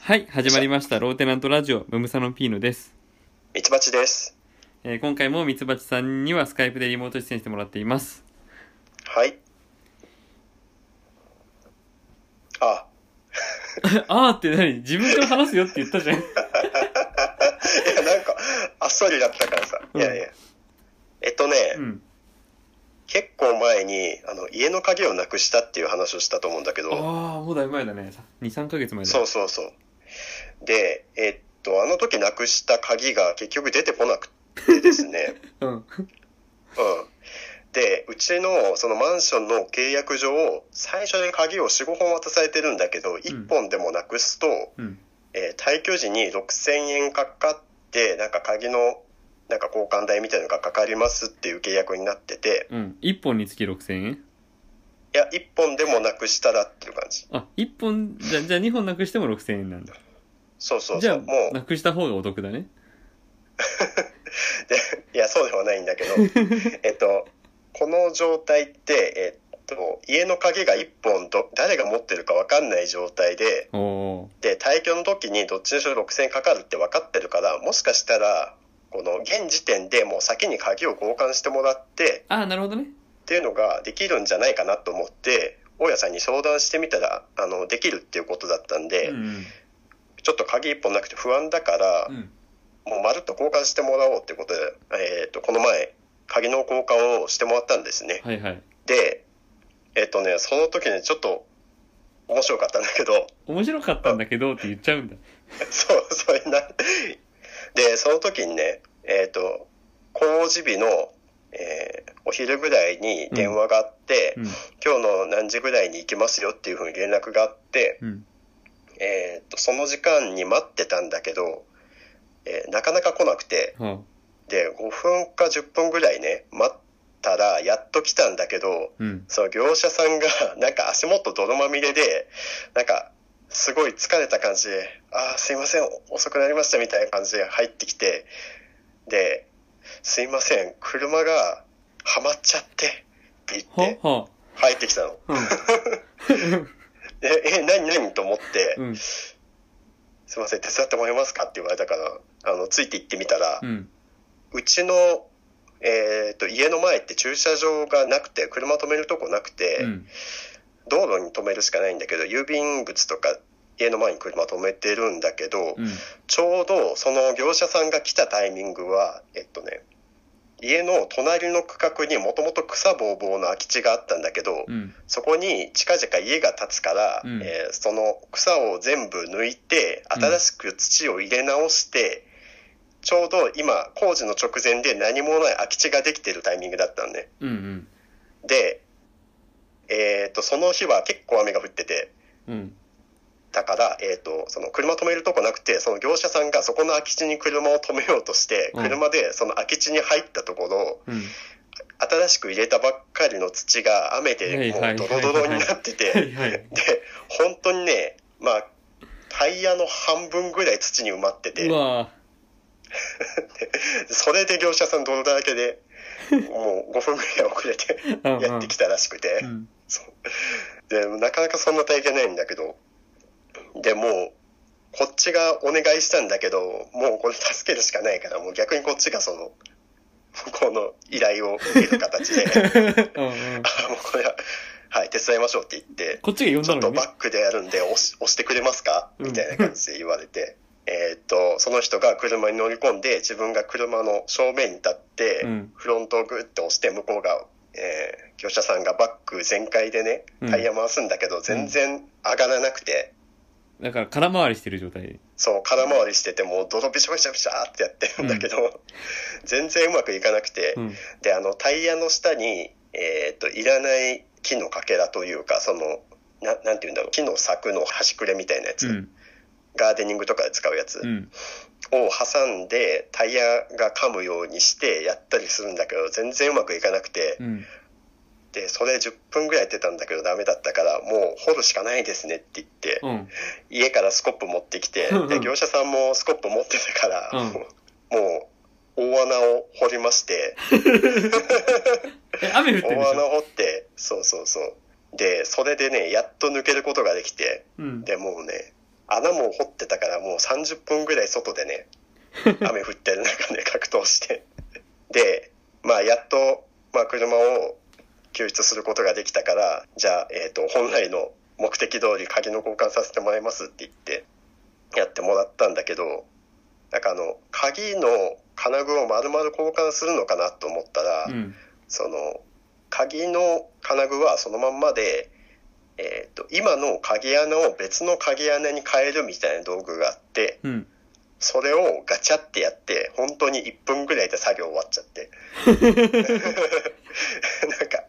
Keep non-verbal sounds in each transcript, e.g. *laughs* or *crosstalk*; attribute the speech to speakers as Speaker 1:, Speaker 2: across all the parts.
Speaker 1: はい、始まりました。ローテナントラジオ、ムムサノピーノです。
Speaker 2: ミツバチです。
Speaker 1: えー今回もミツバチさんにはスカイプでリモート出演してもらってい
Speaker 2: *laughs*
Speaker 1: ます。
Speaker 2: はい。あ、 *laughs*
Speaker 1: あーって何自分から話すよって言った
Speaker 2: *laughs*
Speaker 1: じゃん。
Speaker 2: いや、なんか、あっさりだったからさ。いやいや。えっとね、
Speaker 1: うん。
Speaker 2: 結構前に、あの、家の鍵をなくしたっていう話をしたと思うんだけど、
Speaker 1: ああ、もうだいぶ前だね。2、3ヶ月前だ。
Speaker 2: そうそうそう。で、えっと、あの時なくした鍵が結局出てこなくてです
Speaker 1: *laughs*
Speaker 2: ね、
Speaker 1: うん。
Speaker 2: うん。で、うちの、そのマンションの契約上、最初に鍵を4、5本渡されてるんだけど、1本でもなくすと、
Speaker 1: うん。
Speaker 2: えー退去時に6000円かかって、なんか鍵の、なんか交換代みたいなのがかかりますっていう契約になってて、
Speaker 1: うん。1本につき6000円
Speaker 2: いや、1本でもなくしたらっていう感じ。
Speaker 1: あ、1本、じゃ、じゃあ2本なくしても6000円なんだ。
Speaker 2: そうそう
Speaker 1: じ
Speaker 2: そ
Speaker 1: ゃ
Speaker 2: う。も
Speaker 1: あ、
Speaker 2: う、
Speaker 1: なくした方がお得だね。
Speaker 2: でいや、そうではないんだ
Speaker 1: *laughs*
Speaker 2: けど、えっと、この状態って、えっと、家の鍵が1本ど、誰が持ってるかわかんない状態で、
Speaker 1: おお
Speaker 2: で、退去の時にどっちにしろ6000円かかるって分かってるから、もしかしたら、この現時点でもう先に鍵を交換してもらって、
Speaker 1: ー。ああ、なるほどね。
Speaker 2: っていうのができるんじゃないかなと思って大家さんに相談してみたらあのできるっていうことだったんで、
Speaker 1: うん。
Speaker 2: ちょっと鍵一本なくて不安だから、
Speaker 1: うん。
Speaker 2: もうまるっと交換してもらおうってことで、えー、とこの前鍵の交換をしてもらったんですね
Speaker 1: はいはい。
Speaker 2: でえっ、とねその時にちょっと面白かったんだけ
Speaker 1: *laughs*
Speaker 2: ど
Speaker 1: 面白かったんだけどって言っちゃうんだ。
Speaker 2: そうそれなでその時にねえっ、と工事日の、えーお昼ぐらいに電話があって、
Speaker 1: うん。
Speaker 2: 今日の何時ぐらいに行きますよっていうふうに連絡があって、
Speaker 1: うん。
Speaker 2: えーっとその時間に待ってたんだけど、えーなかなか来なくて
Speaker 1: はあ。
Speaker 2: で5分か10分ぐらいね待ったらやっと来たんだけど
Speaker 1: うん。
Speaker 2: その業者さんが *laughs* なんか足元泥まみれでなんかすごい疲れた感じで「あーすいません遅くなりました」みたいな感じで入ってきてで「すいません車がはまっちゃって」って言って
Speaker 1: はは
Speaker 2: 入ってきたの。
Speaker 1: あ。うん。
Speaker 2: え、え、何何と思って、
Speaker 1: *laughs* うん。
Speaker 2: すいません、手伝ってもらえますかって言われたから、あの、ついて行ってみたら、う
Speaker 1: うん。
Speaker 2: ちの、えっ、と、家の前って駐車場がなくて、車止めるとこなくて、
Speaker 1: うん。
Speaker 2: 道路に止めるしかないんだけど、郵便物とか、家の前に車止めてるんだけど、
Speaker 1: うん。
Speaker 2: ちょうどその業者さんが来たタイミングは、えっとね、家の隣の区画にもともと草ぼうぼうの空き地があったんだけど、
Speaker 1: うん。
Speaker 2: そこに近々家が建つから、
Speaker 1: うん
Speaker 2: えーその草を全部抜いて
Speaker 1: うん
Speaker 2: 新しく土を入れ直して、ちょうど今工事の直前で何もない空き地ができてるタイミングだったんね
Speaker 1: うん。うん。
Speaker 2: で、えー、とその日は結構雨が降ってて
Speaker 1: うん。
Speaker 2: だから、えー、とその車止めるとこなくてその業者さんがそこの空き地に車を止めようとして
Speaker 1: うん
Speaker 2: 車でその空き地に入ったところ、
Speaker 1: うん。
Speaker 2: 新しく入れたばっかりの土が雨
Speaker 1: はい
Speaker 2: で
Speaker 1: は
Speaker 2: も
Speaker 1: いはいう
Speaker 2: ドロドロになって
Speaker 1: *laughs*
Speaker 2: て
Speaker 1: は。いはい。
Speaker 2: で本当にねまあタイヤの半分ぐらい土に埋まってて
Speaker 1: うわ
Speaker 2: それで業者さん泥だらけでもう5分ぐらい遅れて
Speaker 1: ぁ。うんうん
Speaker 2: やってきたらしくて、
Speaker 1: うん。
Speaker 2: そうでなかなかそんな体験ないんだけどでもうこっちがお願いしたんだけどもうこれ助けるしかないからもう逆にこっちがそのこの依頼を受ける形
Speaker 1: *laughs*
Speaker 2: であ
Speaker 1: うんうん。
Speaker 2: もうこれは、はい、手伝いましょうって言って
Speaker 1: こっちが
Speaker 2: ち
Speaker 1: 呼
Speaker 2: ょ
Speaker 1: ん
Speaker 2: っ
Speaker 1: だの
Speaker 2: と
Speaker 1: にね
Speaker 2: バ。ックでやるんで押し押してくれますか
Speaker 1: うん
Speaker 2: みたいな感じで言われて、えーっと、その人が車に乗り込んで、自分が車の正面に立って、
Speaker 1: うん
Speaker 2: フロントをグッと押して、向こうが、えー業者さんがバック全開でね、
Speaker 1: うん
Speaker 2: タイヤ回すんだけど、全然上がらなくて、
Speaker 1: だから空回りしてる状態。
Speaker 2: そう、空回りしてて、もう泥びしょびしょびしょってやってるんだけど、全然うまくいかなくて、
Speaker 1: うん。
Speaker 2: であのタイヤの下に、えー、といらない木のかけらというかそのななんていうんだろう木の柵の端くれみたいなやつ、
Speaker 1: うん。
Speaker 2: ガーデニングとかで使うやつを
Speaker 1: うん。
Speaker 2: 挟んでタイヤが噛むようにしてやったりするんだけど全然うまくいかなくて
Speaker 1: うん。
Speaker 2: でそれ10分ぐらいやってたんだけどダメだったからもう掘るしかないですねって言って
Speaker 1: うん。
Speaker 2: 家からスコップ持ってきて
Speaker 1: うんうん
Speaker 2: で業者さんもスコップ持ってたから、
Speaker 1: うん
Speaker 2: もうもう大穴を掘りまして。
Speaker 1: え、雨降ってるで
Speaker 2: 大
Speaker 1: し
Speaker 2: 穴
Speaker 1: ょ
Speaker 2: 掘ってそうそうそうでそれでねやっと抜けることができて
Speaker 1: うん。
Speaker 2: でもうね穴も掘ってたからもう30分ぐらい外で
Speaker 1: *laughs*
Speaker 2: ね、雨降ってる中で格闘して。で、まあやっと、まあ車を救出することができたから、じゃあ、えっ、と、本来の目的通り鍵の交換させてもらいますって言って、やってもらったんだけど、なんかあの、鍵の金具を丸々交換するのかなと思ったら、
Speaker 1: うん。
Speaker 2: その鍵の金具はそのまんまで、えー、と今の鍵穴を別の鍵穴に変えるみたいな道具があって
Speaker 1: うん。
Speaker 2: それをガチャってやって本当に1分ぐらいで作業終わっちゃって *laughs* なんか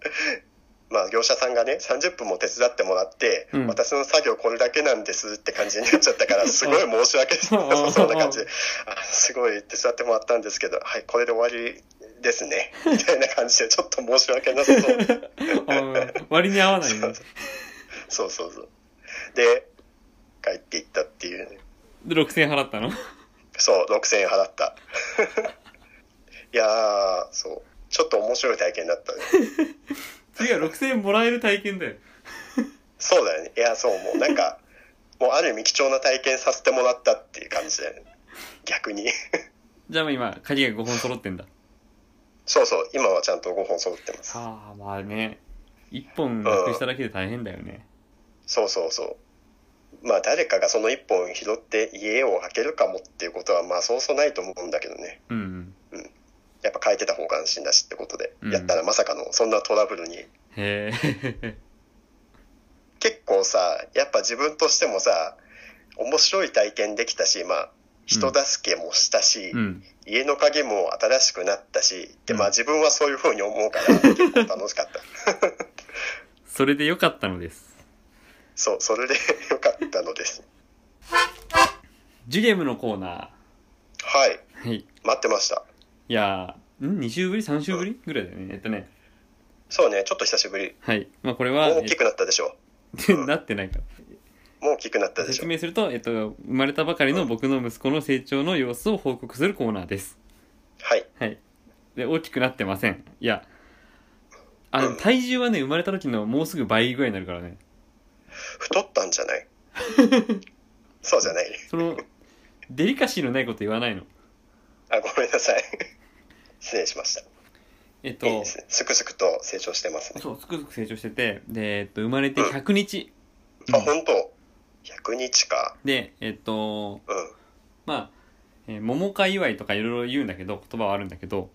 Speaker 2: まあ業者さんがね30分も手伝ってもらって、
Speaker 1: うん
Speaker 2: 私の作業これだけなんですって感じになっちゃった
Speaker 1: *laughs*
Speaker 2: からすごい申し訳なさそうな感じであすごい手伝ってもらったんですけどはいこれで終わりで
Speaker 1: *laughs*
Speaker 2: すねみたいな感じでちょっと申し訳なさそう
Speaker 1: うん割に合わないね。
Speaker 2: そうそうそう。で、帰っていったっていうね。
Speaker 1: で、6000円払ったの
Speaker 2: そう、6000円払った。 *laughs* いやー、そう。ちょっと面白い体験だったね。
Speaker 1: 次は6000円もらえる体験だよ。
Speaker 2: そうだよね。いや、そう、もうなんか、もうある意味貴重な体験させてもらったっていう感じだよね。逆に。
Speaker 1: じゃあもう今、鍵が5本揃ってんだ。
Speaker 2: そうそう、今はちゃんと5本揃ってます。
Speaker 1: はあ、まあね。1本なくしただけで大変だよね。
Speaker 2: そうそうそう。まあ誰かがその1本拾って家を開けるかもっていうことはまあそうそうないと思うんだけどね。
Speaker 1: うんうん。
Speaker 2: やっぱ変えてた方が安心だしってことで、
Speaker 1: うん
Speaker 2: やったらまさかのそんなトラブルに
Speaker 1: へえ。
Speaker 2: 結構さやっぱ自分としてもさ面白い体験できたしまあ人助けもしたし、
Speaker 1: うん。
Speaker 2: 家の鍵も新しくなったしで、まあ
Speaker 1: うん
Speaker 2: 自分はそういうふうに思うから結構楽し
Speaker 1: *laughs*
Speaker 2: かった
Speaker 1: それで良かったのです。
Speaker 2: そうそれでよかったのです
Speaker 1: ジュゲームのコーナ
Speaker 2: はい
Speaker 1: ー。はい。
Speaker 2: 待ってました
Speaker 1: いやー、ん ?2 週ぶり ?3 週ぶりぐらいだよね。えっとね。
Speaker 2: そうねちょっと久しぶり
Speaker 1: はい。まあこれは、
Speaker 2: もう大きくなったでしょ
Speaker 1: えっとなってないから。
Speaker 2: もう大きくなったでし
Speaker 1: 説
Speaker 2: ょ
Speaker 1: 明すると、えっと、生まれたばかりの僕の息子の成長の様子を報告するコーナーです。
Speaker 2: はい
Speaker 1: はい。で、大きくなってません。いや、あの、
Speaker 2: うん
Speaker 1: 体重はね、生まれた時のもうすぐ倍ぐらいになるからね。
Speaker 2: 太ったんじ
Speaker 1: *laughs*
Speaker 2: ゃないそうじゃない
Speaker 1: その、デリカシーのないこと言わないの。
Speaker 2: あごめんなさい失礼しました
Speaker 1: えっと、
Speaker 2: いいですねすくすくと成長してますね
Speaker 1: そう、すくすく成長してて、で、えっと、生まれて100日。
Speaker 2: あ、本当100日か。
Speaker 1: で、えっと、
Speaker 2: うん。
Speaker 1: まあ、えー桃花祝いとかいろいろ言うんだけど、言葉はあるんだけど、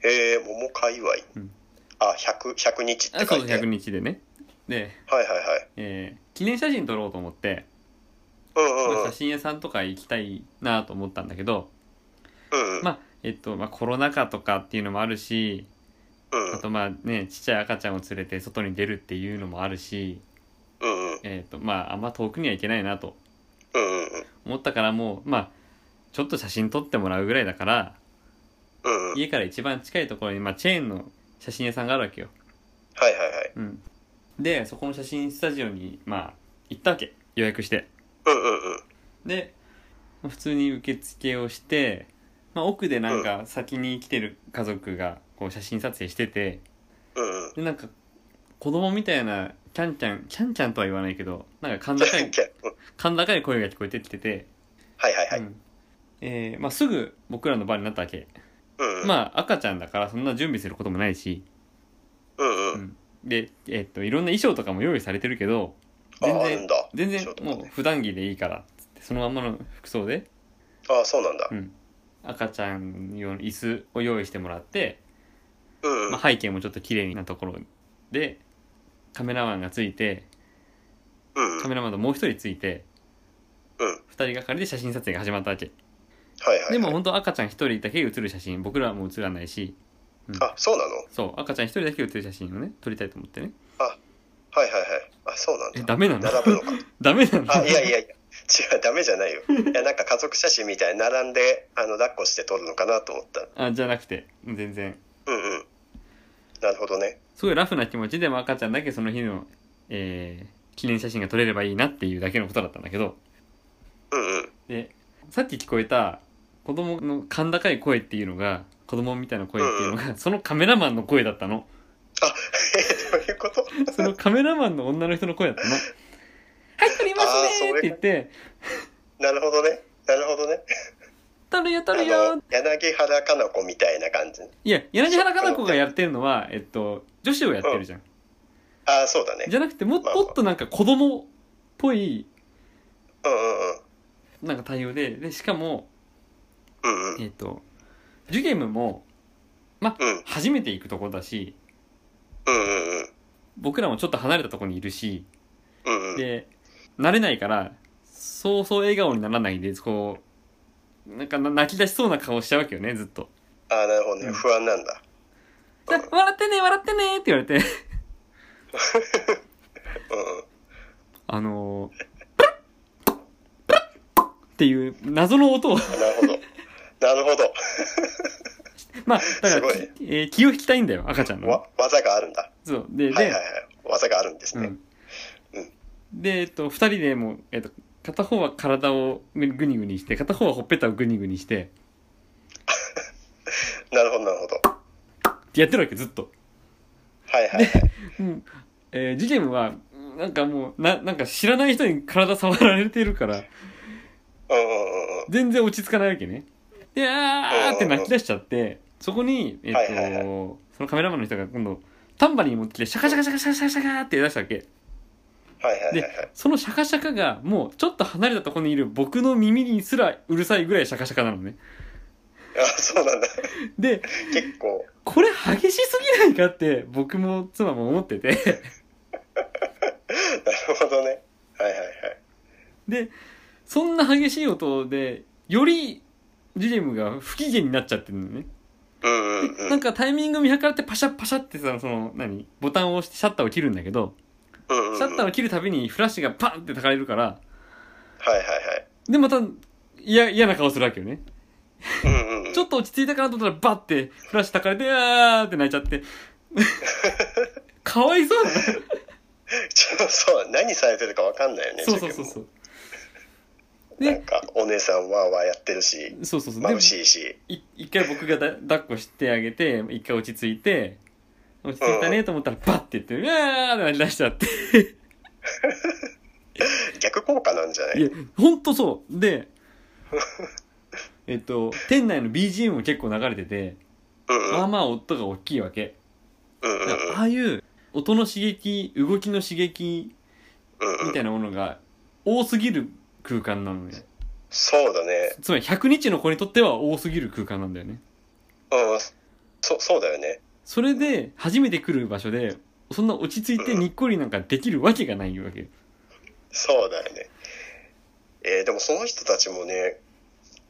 Speaker 2: へえ、桃界隈。
Speaker 1: うん
Speaker 2: あ、100、100日って
Speaker 1: あそ
Speaker 2: 書
Speaker 1: う
Speaker 2: い
Speaker 1: そう、
Speaker 2: てあ
Speaker 1: 100
Speaker 2: る。
Speaker 1: 日でね。で、
Speaker 2: はいはいはい。
Speaker 1: えー記念写真撮ろうと思って、
Speaker 2: うんうんうん。
Speaker 1: まあ写真屋さんとか行きたいなと思ったんだけど、
Speaker 2: うんうん。
Speaker 1: まあ、えっと、まあ、コロナ禍とかっていうのもあるし、
Speaker 2: うん
Speaker 1: あとまあね、ちっちゃい赤ちゃんを連れて外に出るっていうのもあるし、
Speaker 2: うんうん。
Speaker 1: えっと、まあ、あんま遠くには行けないなと
Speaker 2: うんうんうん。
Speaker 1: 思ったから、もう、まあ、ちょっと写真撮ってもらうぐらいだから、
Speaker 2: うんうん。
Speaker 1: 家から一番近いところに、まあ、チェーンの写真屋さんがあるわけよ。
Speaker 2: はいはいはい。
Speaker 1: うん。で、そこの写真スタジオに、まあ、行ったわけ。予約して。
Speaker 2: うんうんうん。
Speaker 1: で、まあ普通に受付をして、まあ、奥でなんか先に来てる家族がこう写真撮影してて、
Speaker 2: うんうん。
Speaker 1: で、なんか子供みたいな、キャンキャン、キャンキャンとは言わないけど、なんか甲高
Speaker 2: *laughs*
Speaker 1: い、
Speaker 2: うん
Speaker 1: 甲高い声が聞こえてきてて、
Speaker 2: はいはいは
Speaker 1: う
Speaker 2: い。
Speaker 1: んえーまあ、すぐ僕らの場になったわけ。
Speaker 2: うんうん。
Speaker 1: まあ、赤ちゃんだからそんな準備することもないし、
Speaker 2: うんう。
Speaker 1: うんんで、えっと、いろんな衣装とかも用意されてるけど、
Speaker 2: あ、
Speaker 1: 全
Speaker 2: あるん
Speaker 1: 然、
Speaker 2: だ。
Speaker 1: 全然
Speaker 2: ちょっと待っ
Speaker 1: も
Speaker 2: て
Speaker 1: う普段着でいいから、つってそのまんまの服装で、
Speaker 2: あ、そうなんだ
Speaker 1: う。ん、赤ちゃん用の椅子を用意してもらって、
Speaker 2: うんうん。
Speaker 1: まあ、
Speaker 2: はい
Speaker 1: 背景もちょっと綺麗なところでカメラマンがついて
Speaker 2: うんうん。
Speaker 1: カメラマンともう一人ついて
Speaker 2: うん。
Speaker 1: 二人がかりで写真撮影が始まったわけ
Speaker 2: はいはいはい。
Speaker 1: でも本当赤ちゃん一人だけ写る写真僕らはもう写らないし、うん、
Speaker 2: あ、そうなの
Speaker 1: そう赤ちゃん一人だけ写る写真をね撮りたいと思ってね
Speaker 2: はいはいはい。あ、そうなんだ。
Speaker 1: えダメなの
Speaker 2: 並ぶのか。
Speaker 1: ダメ *laughs* なんだ
Speaker 2: あ、いやいやいや。違う、ダメじゃないよ。いや、なんか家族写真みたいに並んで、あの、抱っこして撮るのかなと思った。
Speaker 1: あじゃなくて全然
Speaker 2: うんうん。なるほどね。
Speaker 1: すごいラフな気持ちでも赤ちゃんだけその日の、えー記念写真が撮れればいいなっていうだけのことだったんだけど
Speaker 2: うんうん。
Speaker 1: でさっき聞こえた子供の甲高い声っていうのが子供みたいな声っていうのがそのカメラマンの声だったの
Speaker 2: あ、え、どういうこと *laughs*
Speaker 1: そのカメラマンの女の人の声だったの「はい撮りますね」って言って
Speaker 2: なるほどね。なるほどね。
Speaker 1: たるよた
Speaker 2: あ
Speaker 1: るよ
Speaker 2: の、柳原かな子みたいな感じ。
Speaker 1: いや柳原加奈子がやってるのは、えっと、女子をやってるじゃん、
Speaker 2: ああ、そうだね。
Speaker 1: じゃなくてもっ
Speaker 2: まあまあ
Speaker 1: もっとなんか子供っぽい
Speaker 2: うんうん
Speaker 1: なんか対応ででしかも、
Speaker 2: うん。うんうん。
Speaker 1: えっと、ジュゲムも
Speaker 2: うん
Speaker 1: 初めて行くとこだし
Speaker 2: うんうんうん。
Speaker 1: 僕らもちょっと離れたとこにいるし
Speaker 2: うんうん。
Speaker 1: で慣れないからそうそう笑顔にならないでこうなんかな泣き出しそうな顔しちゃうわけよねずっと。 *laughs*
Speaker 2: ああ、なるほどね。
Speaker 1: うん
Speaker 2: 不安なんだ。
Speaker 1: じゃあ笑ってね笑ってねって言われて
Speaker 2: うんうん。
Speaker 1: あのー、プルップルッっていう謎の音を *laughs*
Speaker 2: なるほど。なるほど。
Speaker 1: まあだから
Speaker 2: すごい
Speaker 1: き、えー気を引きたいんだよ赤ちゃんのね
Speaker 2: わ、技があるんだ。
Speaker 1: そうでで、
Speaker 2: はいはいはい。技があるんです
Speaker 1: う
Speaker 2: ね
Speaker 1: ん。
Speaker 2: うん
Speaker 1: で、えっと、2人でもう、えっと、片方は体をグニグニして片方はほっぺたをグニグニして
Speaker 2: なるほど、なるほど。
Speaker 1: ってやってるわけずっと、
Speaker 2: はいはいはい。
Speaker 1: うんえージュゲムはなんかもうななんか知らない人に体触られてるから
Speaker 2: うんうんうんうん。
Speaker 1: 全然落ち着かないわけねであーって泣き出しちゃってそこに、えっと
Speaker 2: はいはいはい
Speaker 1: そのカメラマンの人が今度タンバリン持ってきてシャカシャカシャカシャカシャカシャカって出したわけ
Speaker 2: はいはいはい
Speaker 1: で
Speaker 2: はい。
Speaker 1: そのシャカシャカがもうちょっと離れたところにいる僕の耳にすらうるさいぐらいシャカシャカなのね
Speaker 2: あそうなんだ。
Speaker 1: で
Speaker 2: 結構。
Speaker 1: これ激しすぎないかって僕も妻も思ってて *laughs*
Speaker 2: なるほどね。はいはいはい。
Speaker 1: でそんな激しい音でよりジュジェムが不機嫌になっちゃってるのね、
Speaker 2: うんうん
Speaker 1: で
Speaker 2: うん。う
Speaker 1: なん
Speaker 2: ん
Speaker 1: かタイミング見計らってパシャパシャってさその何ボタンを押してシャッターを切るんだけど、
Speaker 2: うんうん。
Speaker 1: シャッター
Speaker 2: はい
Speaker 1: を切るたびにフラッシュがパンってたかれるから
Speaker 2: はいはい。
Speaker 1: でまた嫌嫌な顔するわけよね
Speaker 2: うんうん。
Speaker 1: ちょっと落ち着いたかなと思ったらバッてフラッシュたかれてあーって泣いちゃって
Speaker 2: *laughs*
Speaker 1: かわいそうだな
Speaker 2: ちょっとそう何されてるかわかんないよね
Speaker 1: そうそうそうそう
Speaker 2: 自分もなんかお姉さんわーわーやってるし
Speaker 1: そうそうそうで
Speaker 2: 眩しいし
Speaker 1: い一回僕がだ抱っこしてあげて一回落ち着いて落ち着いたねと思ったらバッて言ってうわーって泣き出しちゃって
Speaker 2: 逆効果なんじゃない
Speaker 1: いやほんとそうでえっと店内の BGM も結構流れてて
Speaker 2: うんうん
Speaker 1: まあまあ音が大きいわけ
Speaker 2: うんうんうん
Speaker 1: ああいう音の刺激動きの刺激
Speaker 2: うん
Speaker 1: み
Speaker 2: う
Speaker 1: た
Speaker 2: ん
Speaker 1: いなものが多すぎる空間なのね
Speaker 2: そうだね
Speaker 1: つまり100日の子にとっては多すぎる空間なんだよね
Speaker 2: うんそそうだよね
Speaker 1: それで初めて来る場所でそんな落ち着いてにっこりなんかできるわけがないわけよ
Speaker 2: そうだよねえーでもその人たちもね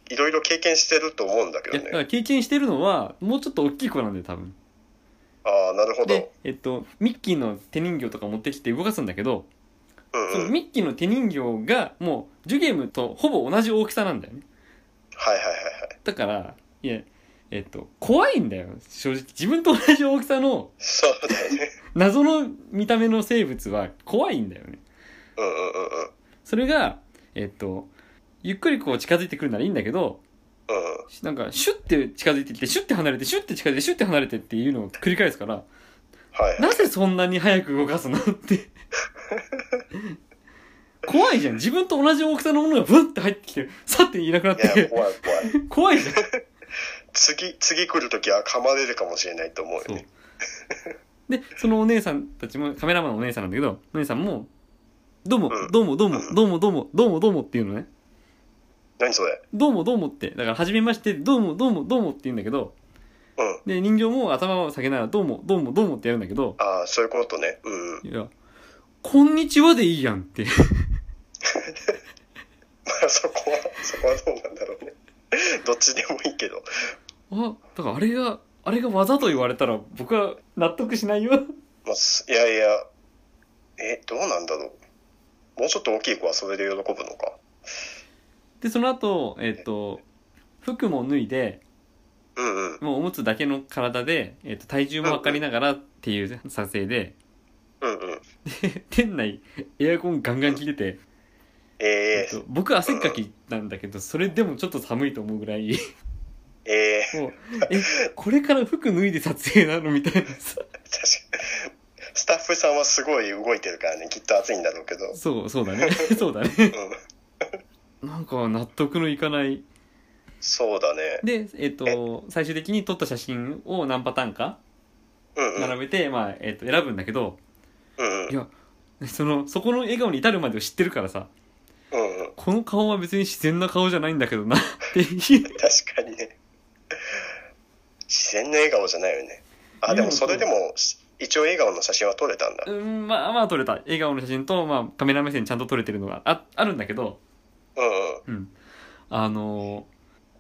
Speaker 2: いろいろ経験してると思うんだけ
Speaker 1: い
Speaker 2: ど
Speaker 1: やだか
Speaker 2: ね
Speaker 1: ら経験してるのはもうちょっと大きい子なんだよ多分
Speaker 2: ああなるほど
Speaker 1: で、えっと、ミッキーの手人形とか持ってきて動かすんだけど、
Speaker 2: うん
Speaker 1: その
Speaker 2: うん
Speaker 1: ミッキーの手人形がもうジュゲームとほぼ同じ大きさなんだよね
Speaker 2: はいはいはいはい
Speaker 1: だからいやえっと怖いんだよ正直自分と同じ大きさの
Speaker 2: そうだよね
Speaker 1: 謎の見た目の生物は怖いんだよね
Speaker 2: うんうんうんうん
Speaker 1: それがえっとゆっくりこう近づいてくるならいいんだけど
Speaker 2: うん
Speaker 1: なんかシュッて近づいてきてシュッて離れてシュッて近づいてシュッて離れてっていうのを繰り返すから
Speaker 2: はいはい
Speaker 1: なぜそんなに早く動かすのって。怖いじゃん。自分と同じ大きさのものがブンって入ってきて、さっていなくなっ
Speaker 2: いや
Speaker 1: て。
Speaker 2: 怖い怖い
Speaker 1: 怖いじゃん。
Speaker 2: 次次来る時は噛まれるかもしれないと思うよ
Speaker 1: そう
Speaker 2: ね。
Speaker 1: で、そのお姉さんたちも、カメラマンのお姉さんなんだけど、お姉さんも、どうも
Speaker 2: う、ん
Speaker 1: どうも、どうも
Speaker 2: う、ん
Speaker 1: どうも、どうも、どうも、どうもっていうのね。
Speaker 2: 何それ
Speaker 1: どうも、どうもって。だから、初めまして、どうも、どうも、どうもって言うんだけど、
Speaker 2: うん
Speaker 1: で、人形も頭を下げながら、どうも、どうも、どうもってやるんだけど、
Speaker 2: ああそういうことねうんうん
Speaker 1: いや、こんにちはでいいやんって。 *laughs*
Speaker 2: まあ *laughs* そこはそこはどうなんだろうね *laughs* どっちでもいいけど
Speaker 1: あ、だからあれが、あれが技と言われたら僕は納得しないよ。
Speaker 2: まあすいやいやえどうなんだろうもうちょっと大きい子はそれで喜ぶのか
Speaker 1: で、その後、えっ、と、服も脱いで、
Speaker 2: うんうん
Speaker 1: もうおむつだけの体で、えっ、と、体重も測りながらっていう撮影で、 *laughs*
Speaker 2: うんうん
Speaker 1: 店内エアコンガンガン切れて、え
Speaker 2: え
Speaker 1: っ
Speaker 2: ー
Speaker 1: と、僕汗っかきなんだけど、それでもちょっと寒いと思うぐらい、
Speaker 2: えー
Speaker 1: もう、え、これから服脱いで撮影なのみたいな *laughs* さ。
Speaker 2: 確かスタッフさんはすごい動いてるからねきっと暑いんだろうけ
Speaker 1: *laughs*
Speaker 2: ど
Speaker 1: そう、そうだね。そうだね。
Speaker 2: うん
Speaker 1: なんか納得のいかない
Speaker 2: そうだね。
Speaker 1: でえっ、と最終的に撮った写真を何パターンか
Speaker 2: うんうん。
Speaker 1: 並べて、まあえっと選ぶんだけど
Speaker 2: うん
Speaker 1: いやそのそこの笑顔に至るまでを知ってるからさ
Speaker 2: うん。うんうん。
Speaker 1: この顔は別に自然な顔じゃないんだけどなっていう
Speaker 2: 確かにね。自然な笑顔じゃないよね。あ、でもそれでも、一応笑顔の写真は撮れたんだ。
Speaker 1: *laughs* うんまあまあ撮れた笑顔の写真と、まあ、カメラ目線ちゃんと撮れてるのがああるんだけど、
Speaker 2: うん
Speaker 1: うん、あのー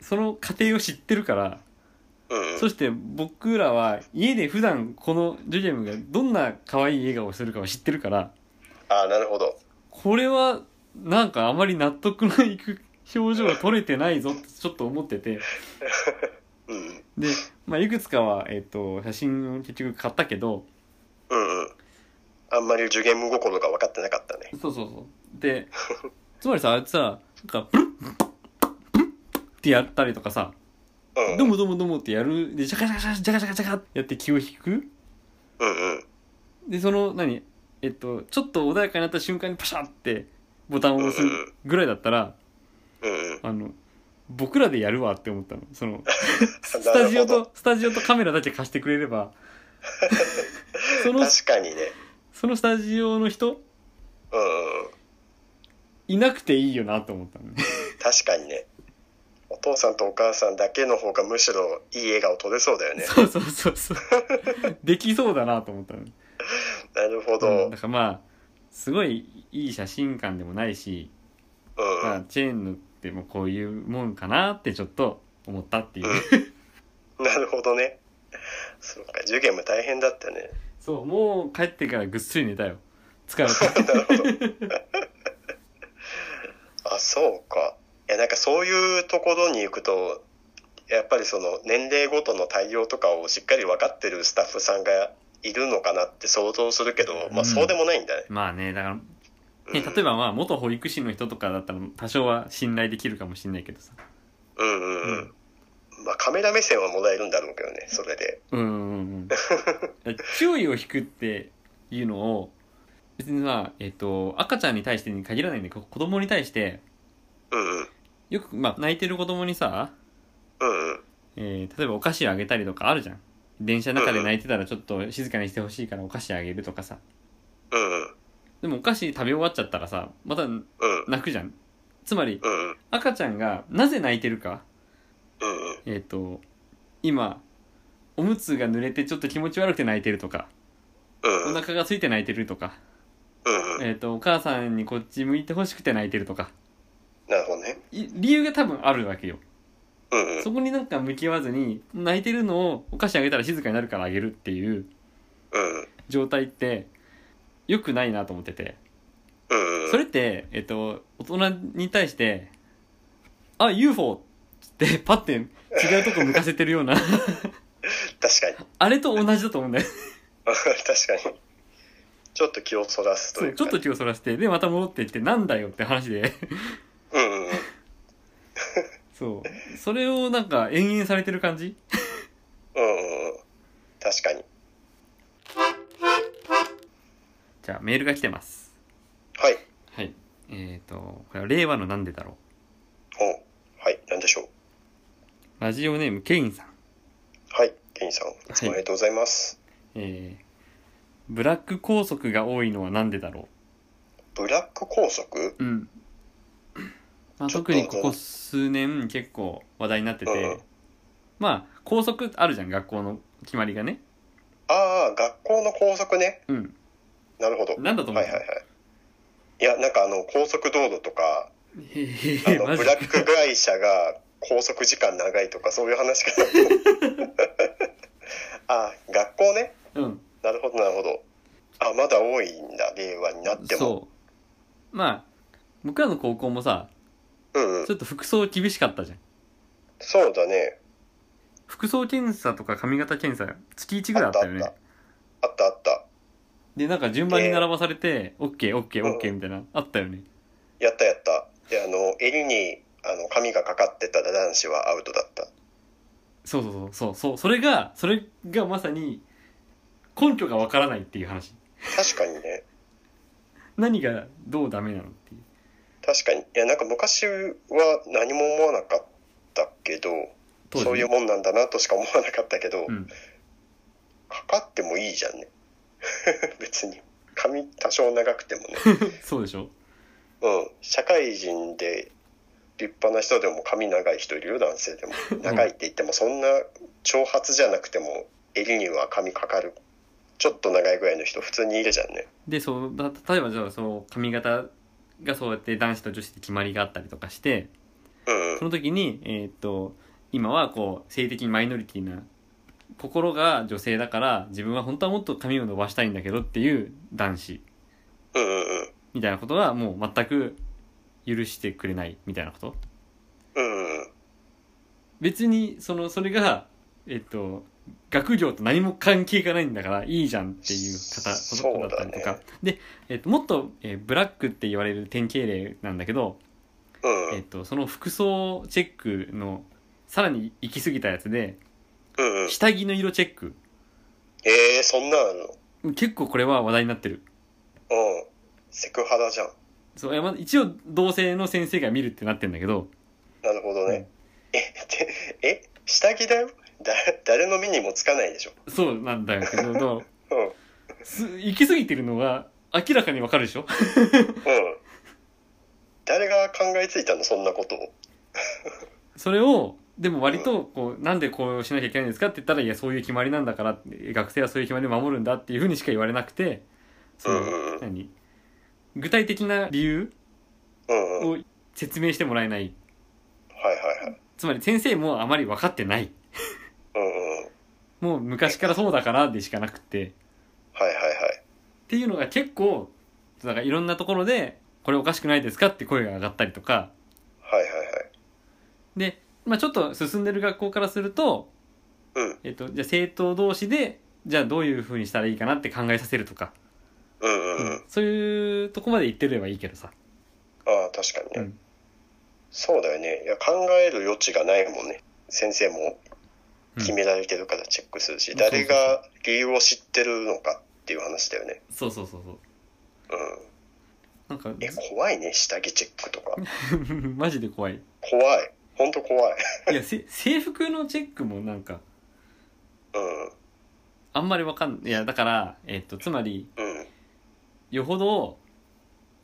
Speaker 1: その過程を知ってるから、
Speaker 2: うん。うんうん。
Speaker 1: そして僕らは家で普段このジョジェムがどんな可愛い笑顔をするかを知ってるから
Speaker 2: あ、なるほど。
Speaker 1: これはなんかあまり納得のいく表情が撮れてないぞってちょっと思ってて
Speaker 2: うんうん。
Speaker 1: で、まあ、いくつかは、えっと写真を結局買ったけど
Speaker 2: うんうん。あんまり受験無心が分かってなかったね。
Speaker 1: そうそうそうで *laughs* つまりさあいつさなんかブルッブルッブルッってやったりとかさ
Speaker 2: うん。
Speaker 1: どうもどうもどうもってやるでジャカジャカジャカジャカジャカジャカってやって気を引く
Speaker 2: うんうん。
Speaker 1: でその何えっとちょっと穏やかになった瞬間にパシャってボタンを押すぐらいだったら
Speaker 2: うんうん。
Speaker 1: あの僕らでやるわって思ったのそ
Speaker 2: *laughs*
Speaker 1: のスタジオ
Speaker 2: なるほ
Speaker 1: とスタジオとカメラだけ貸してくれれ
Speaker 2: *laughs*
Speaker 1: ばその
Speaker 2: 確かにね。
Speaker 1: そのスタジオの人
Speaker 2: うんうんうん。
Speaker 1: いなくていいよなと思ったのね
Speaker 2: 確かにね。お父さんとお母さんだけの方がむしろいい笑顔撮れそうだよね。
Speaker 1: そうそうそうそう *laughs* できそうだなと思ったの、
Speaker 2: なるほど。
Speaker 1: うんだからまあすごいいい写真館でもないし、
Speaker 2: うん
Speaker 1: まあ、チェーンのってもこういうもんかなってちょっと思ったっていう、
Speaker 2: なるほどね。そうか、受験も大変だったね。
Speaker 1: そうもう帰ってからぐっすり寝たよ疲れた
Speaker 2: *laughs* なるほど。
Speaker 1: *laughs*
Speaker 2: あ、そうか。いや、なんかそういうところに行くと、やっぱりその年齢ごとの対応とかをしっかり分かってるスタッフさんがいるのかなって想像するけど、ま
Speaker 1: うん
Speaker 2: あそうでもないんだね。
Speaker 1: まあねだから
Speaker 2: うん、
Speaker 1: ね、例えばまあ元保育士の人とかだったら多少は信頼できるかもしれないけどさ
Speaker 2: うんうんうん。まあカメラ目線はもらえるんだろうけどね、それで。
Speaker 1: うんうんうん注意を引くっていうのを別にまあえっ、と赤ちゃんに対してに限らないんだけど子供に対して
Speaker 2: うんうん。
Speaker 1: よくまあ泣いてる子供にさ、
Speaker 2: うんうん。
Speaker 1: えー例えばお菓子をあげたりとかあるじゃん電車の中で泣いてたらちょっと静かにしてほしいからお菓子あげるとかさ
Speaker 2: うんうん。
Speaker 1: でもお菓子食べ終わっちゃったらさまた
Speaker 2: うん
Speaker 1: 泣くじゃんつまり
Speaker 2: うんうん。
Speaker 1: 赤ちゃんがなぜ泣いてるか
Speaker 2: うんうん。
Speaker 1: えっ、と今おむつが濡れてちょっと気持ち悪くて泣いてるとか
Speaker 2: うん
Speaker 1: お
Speaker 2: うん。
Speaker 1: 腹が空いて泣いてるとか、
Speaker 2: うんうん。
Speaker 1: えっとお母さんにこっち向いてほしくて泣いてるとか
Speaker 2: なるほどね。
Speaker 1: い理由が多分あるわけよ
Speaker 2: うんうん。
Speaker 1: そこになんか向き合わずに泣いてるのをお菓子あげたら静かになるからあげるっていう
Speaker 2: うんうん。
Speaker 1: 状態って良くないなと思ってて
Speaker 2: うんうん。
Speaker 1: それって、えっと大人に対して「あ UFO」ってパッて違うとこ向かせてるような *laughs*
Speaker 2: 確かに。
Speaker 1: あれと同じだと思うんだよ
Speaker 2: *laughs* 確かに。ちょっと気をそらすと
Speaker 1: そ
Speaker 2: いううか。
Speaker 1: ちょっと気をそらしてでまた戻ってきてなんだよって話で
Speaker 2: うんうんうん。
Speaker 1: そうそれをなんか延々されてる感じ
Speaker 2: うんうんうん。確かに。
Speaker 1: じゃあメールが来てます
Speaker 2: はい。
Speaker 1: はいえっ、とこれは令和のなんでだろ
Speaker 2: おはい。なんでしょう。
Speaker 1: うラジオネームケインさん
Speaker 2: はい。ケインさん、いつもありがとうございます。
Speaker 1: えーブラック拘束が多いのはなんでだろ
Speaker 2: ブラック拘束
Speaker 1: ううん、まあ、
Speaker 2: ちょっと
Speaker 1: 特にここ数年結構話題になってて、
Speaker 2: うん
Speaker 1: まあ拘束あるじゃん学校の決まりがね
Speaker 2: ああ、学校の拘束ね。
Speaker 1: うん
Speaker 2: なるほど。は
Speaker 1: なんだと
Speaker 2: い
Speaker 1: 思
Speaker 2: は
Speaker 1: う、
Speaker 2: いはい。いや、なんかあの、高速道路とか、
Speaker 1: へへ
Speaker 2: あ
Speaker 1: へ
Speaker 2: の、
Speaker 1: マ
Speaker 2: ブ
Speaker 1: ジ
Speaker 2: ラ
Speaker 1: か
Speaker 2: ック会社が拘束時間長いとか、そういう話かな。 *laughs* ああ、学校ね。
Speaker 1: うん
Speaker 2: なるほど、なるほど。あ、まだ多いんだ、令和になっても。
Speaker 1: そうまあ僕らの高校もさ
Speaker 2: うんうん
Speaker 1: ちょっと服装厳しかったじゃん
Speaker 2: そうだね。
Speaker 1: 服装検査とか髪型検査月1ぐらいあったよ
Speaker 2: あっ
Speaker 1: ね
Speaker 2: あったあった。
Speaker 1: でなんか順番に並ばされて OKOKOK みたいなあったよね
Speaker 2: やったやった。で、あの、襟に、あの、髪がかかってたら男子はアウトだった。
Speaker 1: そうそうそうそうそうそれがそれがまさに根拠がわからないっていう話
Speaker 2: 確かにね。
Speaker 1: 何がどうダメなのっていう
Speaker 2: 確かに。いや、なんか昔は何も思わなかったけど、
Speaker 1: 当時ね
Speaker 2: そういうもんなんだなとしか思わなかったけど、
Speaker 1: うん、
Speaker 2: かかってもいいじゃんね。 *laughs* 別に。髪多少長くてもね。
Speaker 1: そうでしょ
Speaker 2: うん。社会人で立派な人でも髪長い人いるよ、男性 *laughs* でも。長いって言っても、そんな長髪じゃなくても、襟には髪かかる。ちょっと長いぐらいの人、普通にいるじゃんね。
Speaker 1: でそうだ例えばじゃあその髪型がそうやって男子と女子で決まりがあったりとかして
Speaker 2: うん
Speaker 1: そ。の時に、えーっと今はこう性的にマイノリティな心が女性だから自分は本当はもっと髪を伸ばしたいんだけどっていう男子
Speaker 2: うんうんうん。
Speaker 1: みたいなことがもう全く許してくれないみたいなこと
Speaker 2: うんうん。
Speaker 1: 別にそのそれがえっと学業と何も関係がないんだからいいじゃんっていう方
Speaker 2: そうだね
Speaker 1: ことだったりとか、で、えっと、もっと、えーブラックって言われる典型例なんだけど、
Speaker 2: うんう
Speaker 1: えっ
Speaker 2: ん。
Speaker 1: と、その服装チェックのさらに行き過ぎたやつで
Speaker 2: うんうん。
Speaker 1: 下着の色チェック
Speaker 2: えー、そんなのあるの
Speaker 1: 結構これは話題になってる
Speaker 2: うん。セクハラじゃん。
Speaker 1: そういやまあ一応同性の先生が見るってなってんだけど
Speaker 2: なるほどね。え、てえ、下着だよだ、誰の目にもつかないでしょ。
Speaker 1: そうなんだけど
Speaker 2: うん。
Speaker 1: す行き過ぎてるのが明らかにわかるでしょ
Speaker 2: うん。誰が考えついたのそんなことを。
Speaker 1: それをでも割とこうなんでこうしなきゃいけないんですかって言ったらいやそういう決まりなんだから学生はそういう決まりを守るんだっていうふうにしか言われなくてその、
Speaker 2: うんうん
Speaker 1: 何具体的な理由
Speaker 2: うんうん。はい
Speaker 1: を説明してもらえない
Speaker 2: はいはい。
Speaker 1: つまり先生もあまり分かってない
Speaker 2: うんうん。
Speaker 1: もう昔からそうだからでしかなくて
Speaker 2: はいはいはい。
Speaker 1: っていうのが結構なんかいろんなところでこれおかしくないですかって声が上がったりとか
Speaker 2: はいはいはい。
Speaker 1: で、まあ、ちょっと進んでる学校からすると、
Speaker 2: うん
Speaker 1: えっと、じゃあ生徒同士でじゃあどういうふうにしたらいいかなって考えさせるとか、
Speaker 2: うんうんうん。
Speaker 1: そういうとこまで言ってればいいけどさ、
Speaker 2: ああ、確かにね。
Speaker 1: うん
Speaker 2: そうだよね。いや、考える余地がないもんね。先生も
Speaker 1: うん
Speaker 2: 決められてるからチェックするし、
Speaker 1: うん
Speaker 2: 誰が理由を知ってるのかっていう話だよね。
Speaker 1: そうそうそうそう
Speaker 2: うん。
Speaker 1: なんか
Speaker 2: え、怖いね。下着チェックとか。
Speaker 1: *laughs* マジで怖い
Speaker 2: 怖い。ほんと怖い。
Speaker 1: いやせ制服のチェックもなんか
Speaker 2: うん。
Speaker 1: あんまりわかんないいやだから、えっと、つまり
Speaker 2: うん。
Speaker 1: よほど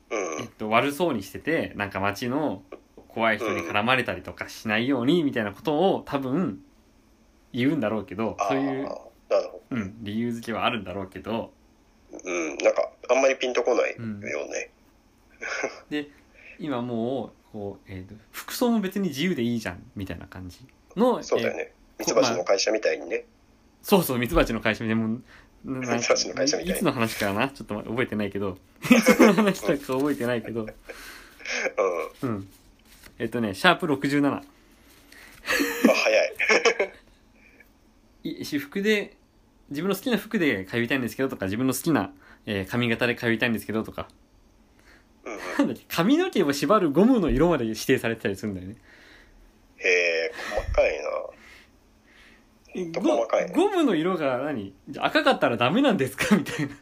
Speaker 2: うん
Speaker 1: えっ。と、悪そうにしててなんか街の怖い人に絡まれたりとかしないようにみたいなことを多分言うんだろうけど
Speaker 2: ああ、
Speaker 1: そういう、
Speaker 2: なるほど。
Speaker 1: うん、理由付けはあるんだろうけど
Speaker 2: うん。なんか、あんまりピンとこないよ
Speaker 1: うん
Speaker 2: ね。
Speaker 1: 今もうこう、えーと服装も別に自由でいいじゃんみたいな感じの
Speaker 2: そうだよ
Speaker 1: えー
Speaker 2: ね。ミツバチの会社みたいにね。
Speaker 1: そうそうミツバチの会社でもななんか
Speaker 2: ミツバチの会社みたい
Speaker 1: いつの話かなちょっと覚えてないけ
Speaker 2: *laughs*
Speaker 1: どいつの話だか覚えてないけど
Speaker 2: う
Speaker 1: うんえっ、とねシャープ67
Speaker 2: ん。あ、早い。
Speaker 1: い私服で自分の好きな服で通いたいんですけどとか自分の好きな、えー髪型で通いたいんですけどとか
Speaker 2: うんうん。
Speaker 1: なんだっけ髪の毛を縛るゴムの色まで指定されてたりするんだよね
Speaker 2: へえ、細かいな。
Speaker 1: え
Speaker 2: と
Speaker 1: ゴ
Speaker 2: 細かいね
Speaker 1: ゴムの色が何じゃあ赤かったらダメなんですかみたいな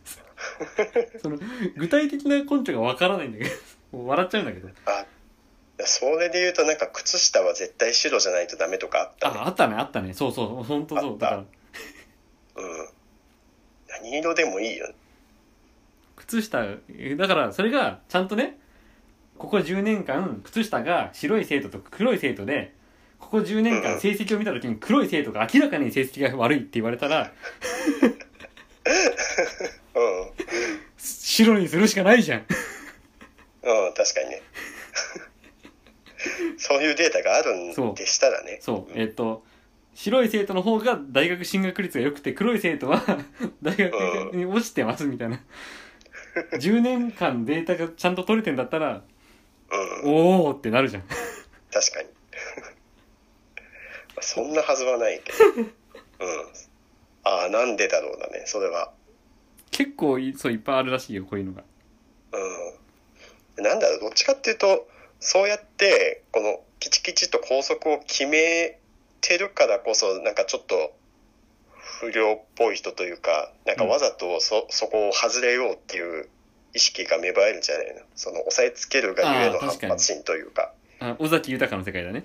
Speaker 1: その具体的な根拠がわからないんだけどもう笑っちゃうんだけど
Speaker 2: あ、それで言うとなんか靴下は絶対白じゃないとダメとかあったね。
Speaker 1: ああったねあったねそうそう本当
Speaker 2: あ
Speaker 1: そ
Speaker 2: っ
Speaker 1: う
Speaker 2: た
Speaker 1: だから
Speaker 2: うん。何色でもいいよね。
Speaker 1: 靴下えだからそれがちゃんとねここ10年間靴下が白い生徒と黒い生徒でここ10年
Speaker 2: うんう
Speaker 1: 間
Speaker 2: ん
Speaker 1: 成績を見た時に黒い生徒が明らかに成績が悪いって言われたら
Speaker 2: う
Speaker 1: 白にするしかないじゃん *laughs*
Speaker 2: ん。うん、確かにね。 *laughs* そういうデータがあるんでしたらね。
Speaker 1: そうえっ、と白い生徒の方が大学進学率が良くて黒い生徒は *laughs* 大学に落ちてますみた
Speaker 2: *laughs*
Speaker 1: いな10年間データがちゃんと取れてんだったら
Speaker 2: うん。
Speaker 1: おおってなるじゃん
Speaker 2: 確かに。 *laughs* まあそんなはずはないけど。うん。ああ、なんでだろうだね、それは。
Speaker 1: 結構いそういっぱいあるらしいよこういうのが
Speaker 2: うん、なんだろうどっちかっていうとそうやってこのきちきちと校則を決めてるからこそなんかちょっと不良っぽい人というかなんかわざとそ,、そこを外れようっていう意識が芽生えるんじゃないのその押さえつけるがゆえの
Speaker 1: あー
Speaker 2: 反
Speaker 1: 確かに
Speaker 2: 発心というか
Speaker 1: あ尾崎豊の世界だね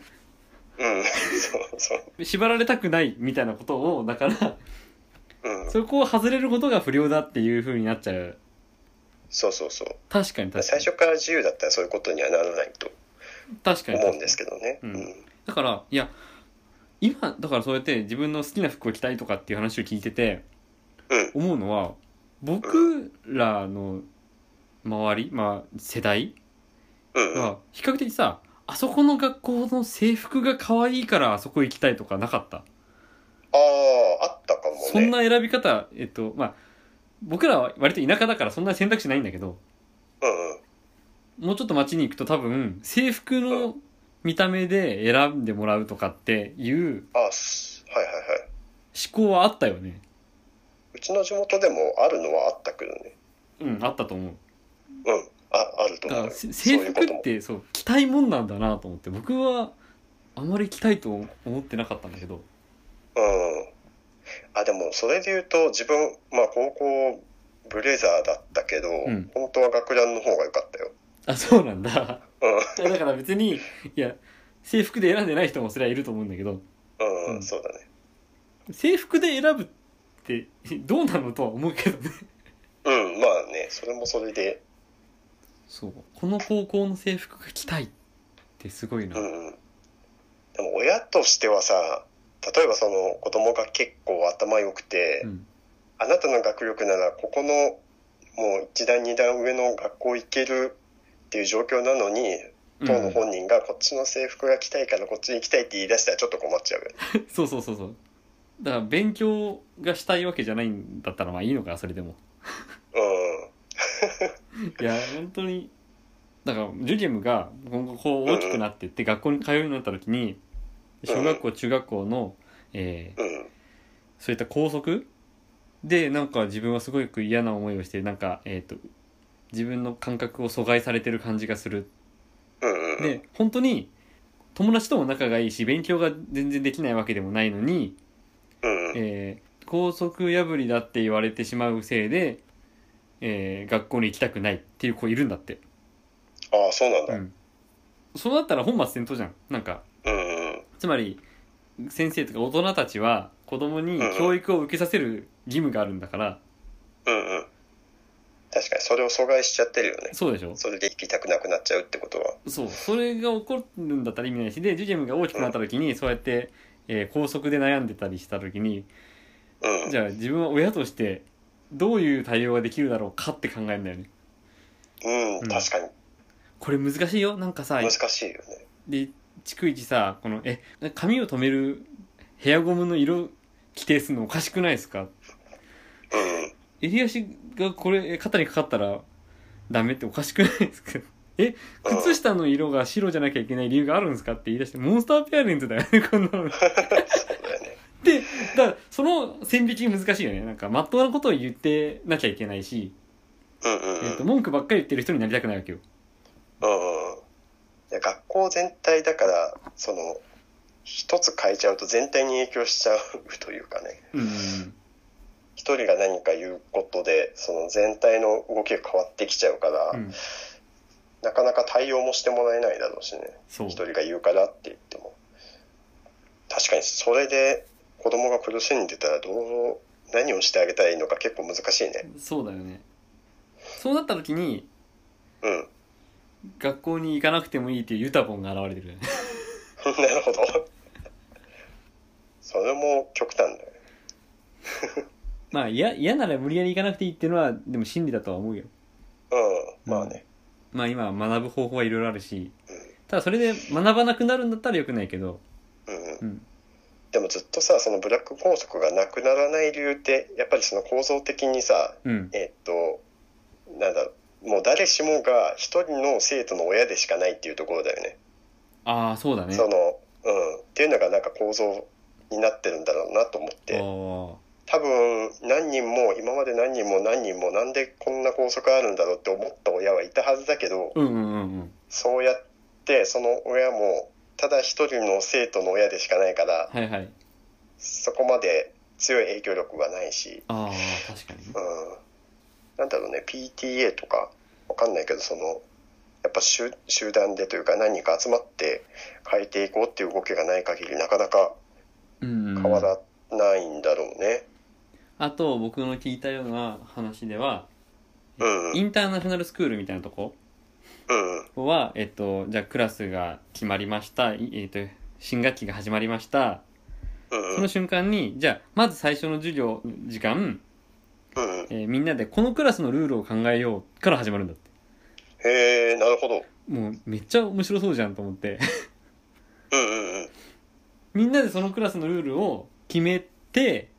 Speaker 2: うんそうそう
Speaker 1: 縛られたくないみたいなことをだから
Speaker 2: うん
Speaker 1: そこを外れることが不良だっていう風になっちゃう
Speaker 2: そうそうそう
Speaker 1: 確かに確か
Speaker 2: 最
Speaker 1: に
Speaker 2: 初から自由だったらそういうことにはならないと
Speaker 1: 確かに
Speaker 2: 思うんですけどね、
Speaker 1: うん
Speaker 2: うん
Speaker 1: だからいや今だからそうやって自分の好きな服を着たいとかっていう話を聞いてて
Speaker 2: うん
Speaker 1: 思うのは僕らの周りまあ世代
Speaker 2: うんうん
Speaker 1: は比較的さあそこの学校の制服が可愛いからあそこ行きたいとかなかった
Speaker 2: あああったかもね
Speaker 1: そんな選び方えっとまあ僕らは割と田舎だからそんな選択肢ないんだけど
Speaker 2: うんうん
Speaker 1: もうちょっと街に行くと多分制服の見た目で選んでもらうとかっていう
Speaker 2: ああすはいはいはい
Speaker 1: 思考はあったよね
Speaker 2: うちの地元でもあるのはあったけどね
Speaker 1: うんあったと思う
Speaker 2: うんああると
Speaker 1: だか
Speaker 2: 思
Speaker 1: ら
Speaker 2: う
Speaker 1: せ
Speaker 2: そう
Speaker 1: 制
Speaker 2: いう
Speaker 1: 服
Speaker 2: ことも
Speaker 1: ってそう着たいもんなんだなと思って僕はあまり着たいと思ってなかったんだけど
Speaker 2: うんあでもそれで言うと自分まあ高校ブレザーだったけど、
Speaker 1: ん
Speaker 2: 本当は学ランの方が良かったよ
Speaker 1: あそうなんだ *laughs*
Speaker 2: う
Speaker 1: だから別にいや制服で選んでない人もそれはいると思うんだけど
Speaker 2: んうん、
Speaker 1: うん
Speaker 2: そうだね
Speaker 1: 制服で選ぶって *laughs* どうなのとは思うけどね
Speaker 2: うんまあねそれもそれで
Speaker 1: そうこの高校の制服が着たいってすごいな、
Speaker 2: うんうんでも親としてはさ例えばその子供が結構頭良くて、
Speaker 1: うん
Speaker 2: あなたの学力ならここのもう1段2段上の学校行けるっていう状況なのに当の本人がこっちの制服が着たいからこっちに行きたいって言い出したらちょっと困っちゃうよね
Speaker 1: *laughs* そうそうそうそうだから勉強がしたいわけじゃないんだったらまあいいのかそれでもいや本当にだからジュリエムが今後こう大きくなっていって学校に通うようになった時に小学校中学校の、えー
Speaker 2: うんうん
Speaker 1: そういった校則でなんか自分はすごく嫌な思いをしてなんか、えー、と自分の感覚を阻害されてる感じがする
Speaker 2: うんうん
Speaker 1: で本当に友達とも仲がいいし勉強が全然できないわけでもないのに、
Speaker 2: うんうん
Speaker 1: えー、校則破りだって言われてしまうせいで、えー学校に行きたくないっていう子いるんだって。
Speaker 2: ああそうなんだ
Speaker 1: うん、そうなったら本末転倒じゃんなんか
Speaker 2: うんうん
Speaker 1: つまり先生とか大人たちは子供に教育を受けさせる義務があるんだから、
Speaker 2: うんうん確かにそれを阻害しちゃってるよね
Speaker 1: そうでしょ
Speaker 2: それで行きたくなくなっちゃうってことは
Speaker 1: そうそれが起こるんだったら意味ないしでジュジェムが大きくなった時にそうやって、えー、校則で悩んでたりした時に
Speaker 2: うん
Speaker 1: じゃあ自分は親としてどういう対応ができるだろうかって考えるんだよね
Speaker 2: うん、
Speaker 1: うん
Speaker 2: 確かに
Speaker 1: これ難しいよなんかさ
Speaker 2: 難しいよね、
Speaker 1: で逐一さこのえ髪を留めるヘアゴムの色規定するのおかしくないですか
Speaker 2: うん
Speaker 1: 襟足がこれ肩にかかったらダメっておかしくないですかえ
Speaker 2: うん
Speaker 1: 靴下の色が白じゃなきゃいけない理由があるんですかって言い出してモンスターペアレンツだよねこんなの
Speaker 2: そうだよね
Speaker 1: でだからその線引き難しいよねなんかまっとうなことを言ってなきゃいけないし、
Speaker 2: うんうんうん、
Speaker 1: えっと文句ばっかり言ってる人になりたくないわけよ
Speaker 2: うんうんいや学校全体だからその一つ変えちゃうと全体に影響しちゃうというかね
Speaker 1: うん
Speaker 2: 一人が何か言うことでその全体の動きが変わってきちゃうから、
Speaker 1: うん
Speaker 2: なかなか対応もしてもらえないだろうしね
Speaker 1: そう
Speaker 2: 一人が言うからって言っても確かにそれで子供が苦しんでたらどう何をしてあげたらいいのか結構難しいね
Speaker 1: そうだよねそうなった時に
Speaker 2: うん *laughs*
Speaker 1: 学校に行かなくてもいいっていうユタボンが現れてくるよね *laughs*
Speaker 2: なるほど。それも極端だよ。
Speaker 1: まあ嫌嫌なら無理やり行かなくていいっていうのはでも真理だとは思うよ
Speaker 2: うん、まあね。
Speaker 1: まあ今は学ぶ方法はいろいろあるし
Speaker 2: うん、
Speaker 1: ただそれで学ばなくなるんだったらよくないけど、
Speaker 2: うん
Speaker 1: う、ん、
Speaker 2: でもずっとさ、そのブラック法則がなくならない理由って、やっぱりその構造的にさ、
Speaker 1: うん、
Speaker 2: えっと、なんだろう、もう誰しもが一人の生徒の親でしかないっていうところだよね。
Speaker 1: ああそうだね
Speaker 2: その、うん、っていうのがなんか構造になってるんだろうなと思っ
Speaker 1: あ
Speaker 2: て、
Speaker 1: ー
Speaker 2: 多分何人も、今まで何人も何人もなんでこんな法則あるんだろうって思った親はいたはずだけど、
Speaker 1: うんうんうんうん
Speaker 2: そうやってその親もただ一人の生徒の親でしかないから
Speaker 1: はいはい
Speaker 2: そこまで強い影響力はないし、
Speaker 1: ああ確かにね
Speaker 2: うん、なんだろうね、PTA とか、わかんないけど、その、やっぱ集集団でというか何人か集まって変えていこうっていう動きがない限りなかなか
Speaker 1: うん
Speaker 2: 変わらないんだろうね。
Speaker 1: あと僕の聞いたような話では
Speaker 2: うん。う
Speaker 1: イ
Speaker 2: ん。
Speaker 1: ンターナショナルスクールみたいなとこ
Speaker 2: うん。
Speaker 1: は、えっと、じゃあクラスが決まりました、いえっと、新学期が始まりました
Speaker 2: うん。
Speaker 1: その瞬間にじゃあまず最初の授業時間、
Speaker 2: うん。
Speaker 1: えーみんなでこのクラスのルールを考えようから始まるんだって
Speaker 2: へえ、なるほど。
Speaker 1: もうめっちゃ面白そうじゃんと思って *laughs*
Speaker 2: うんうんうん。
Speaker 1: みんなでそのクラスのルールを決めて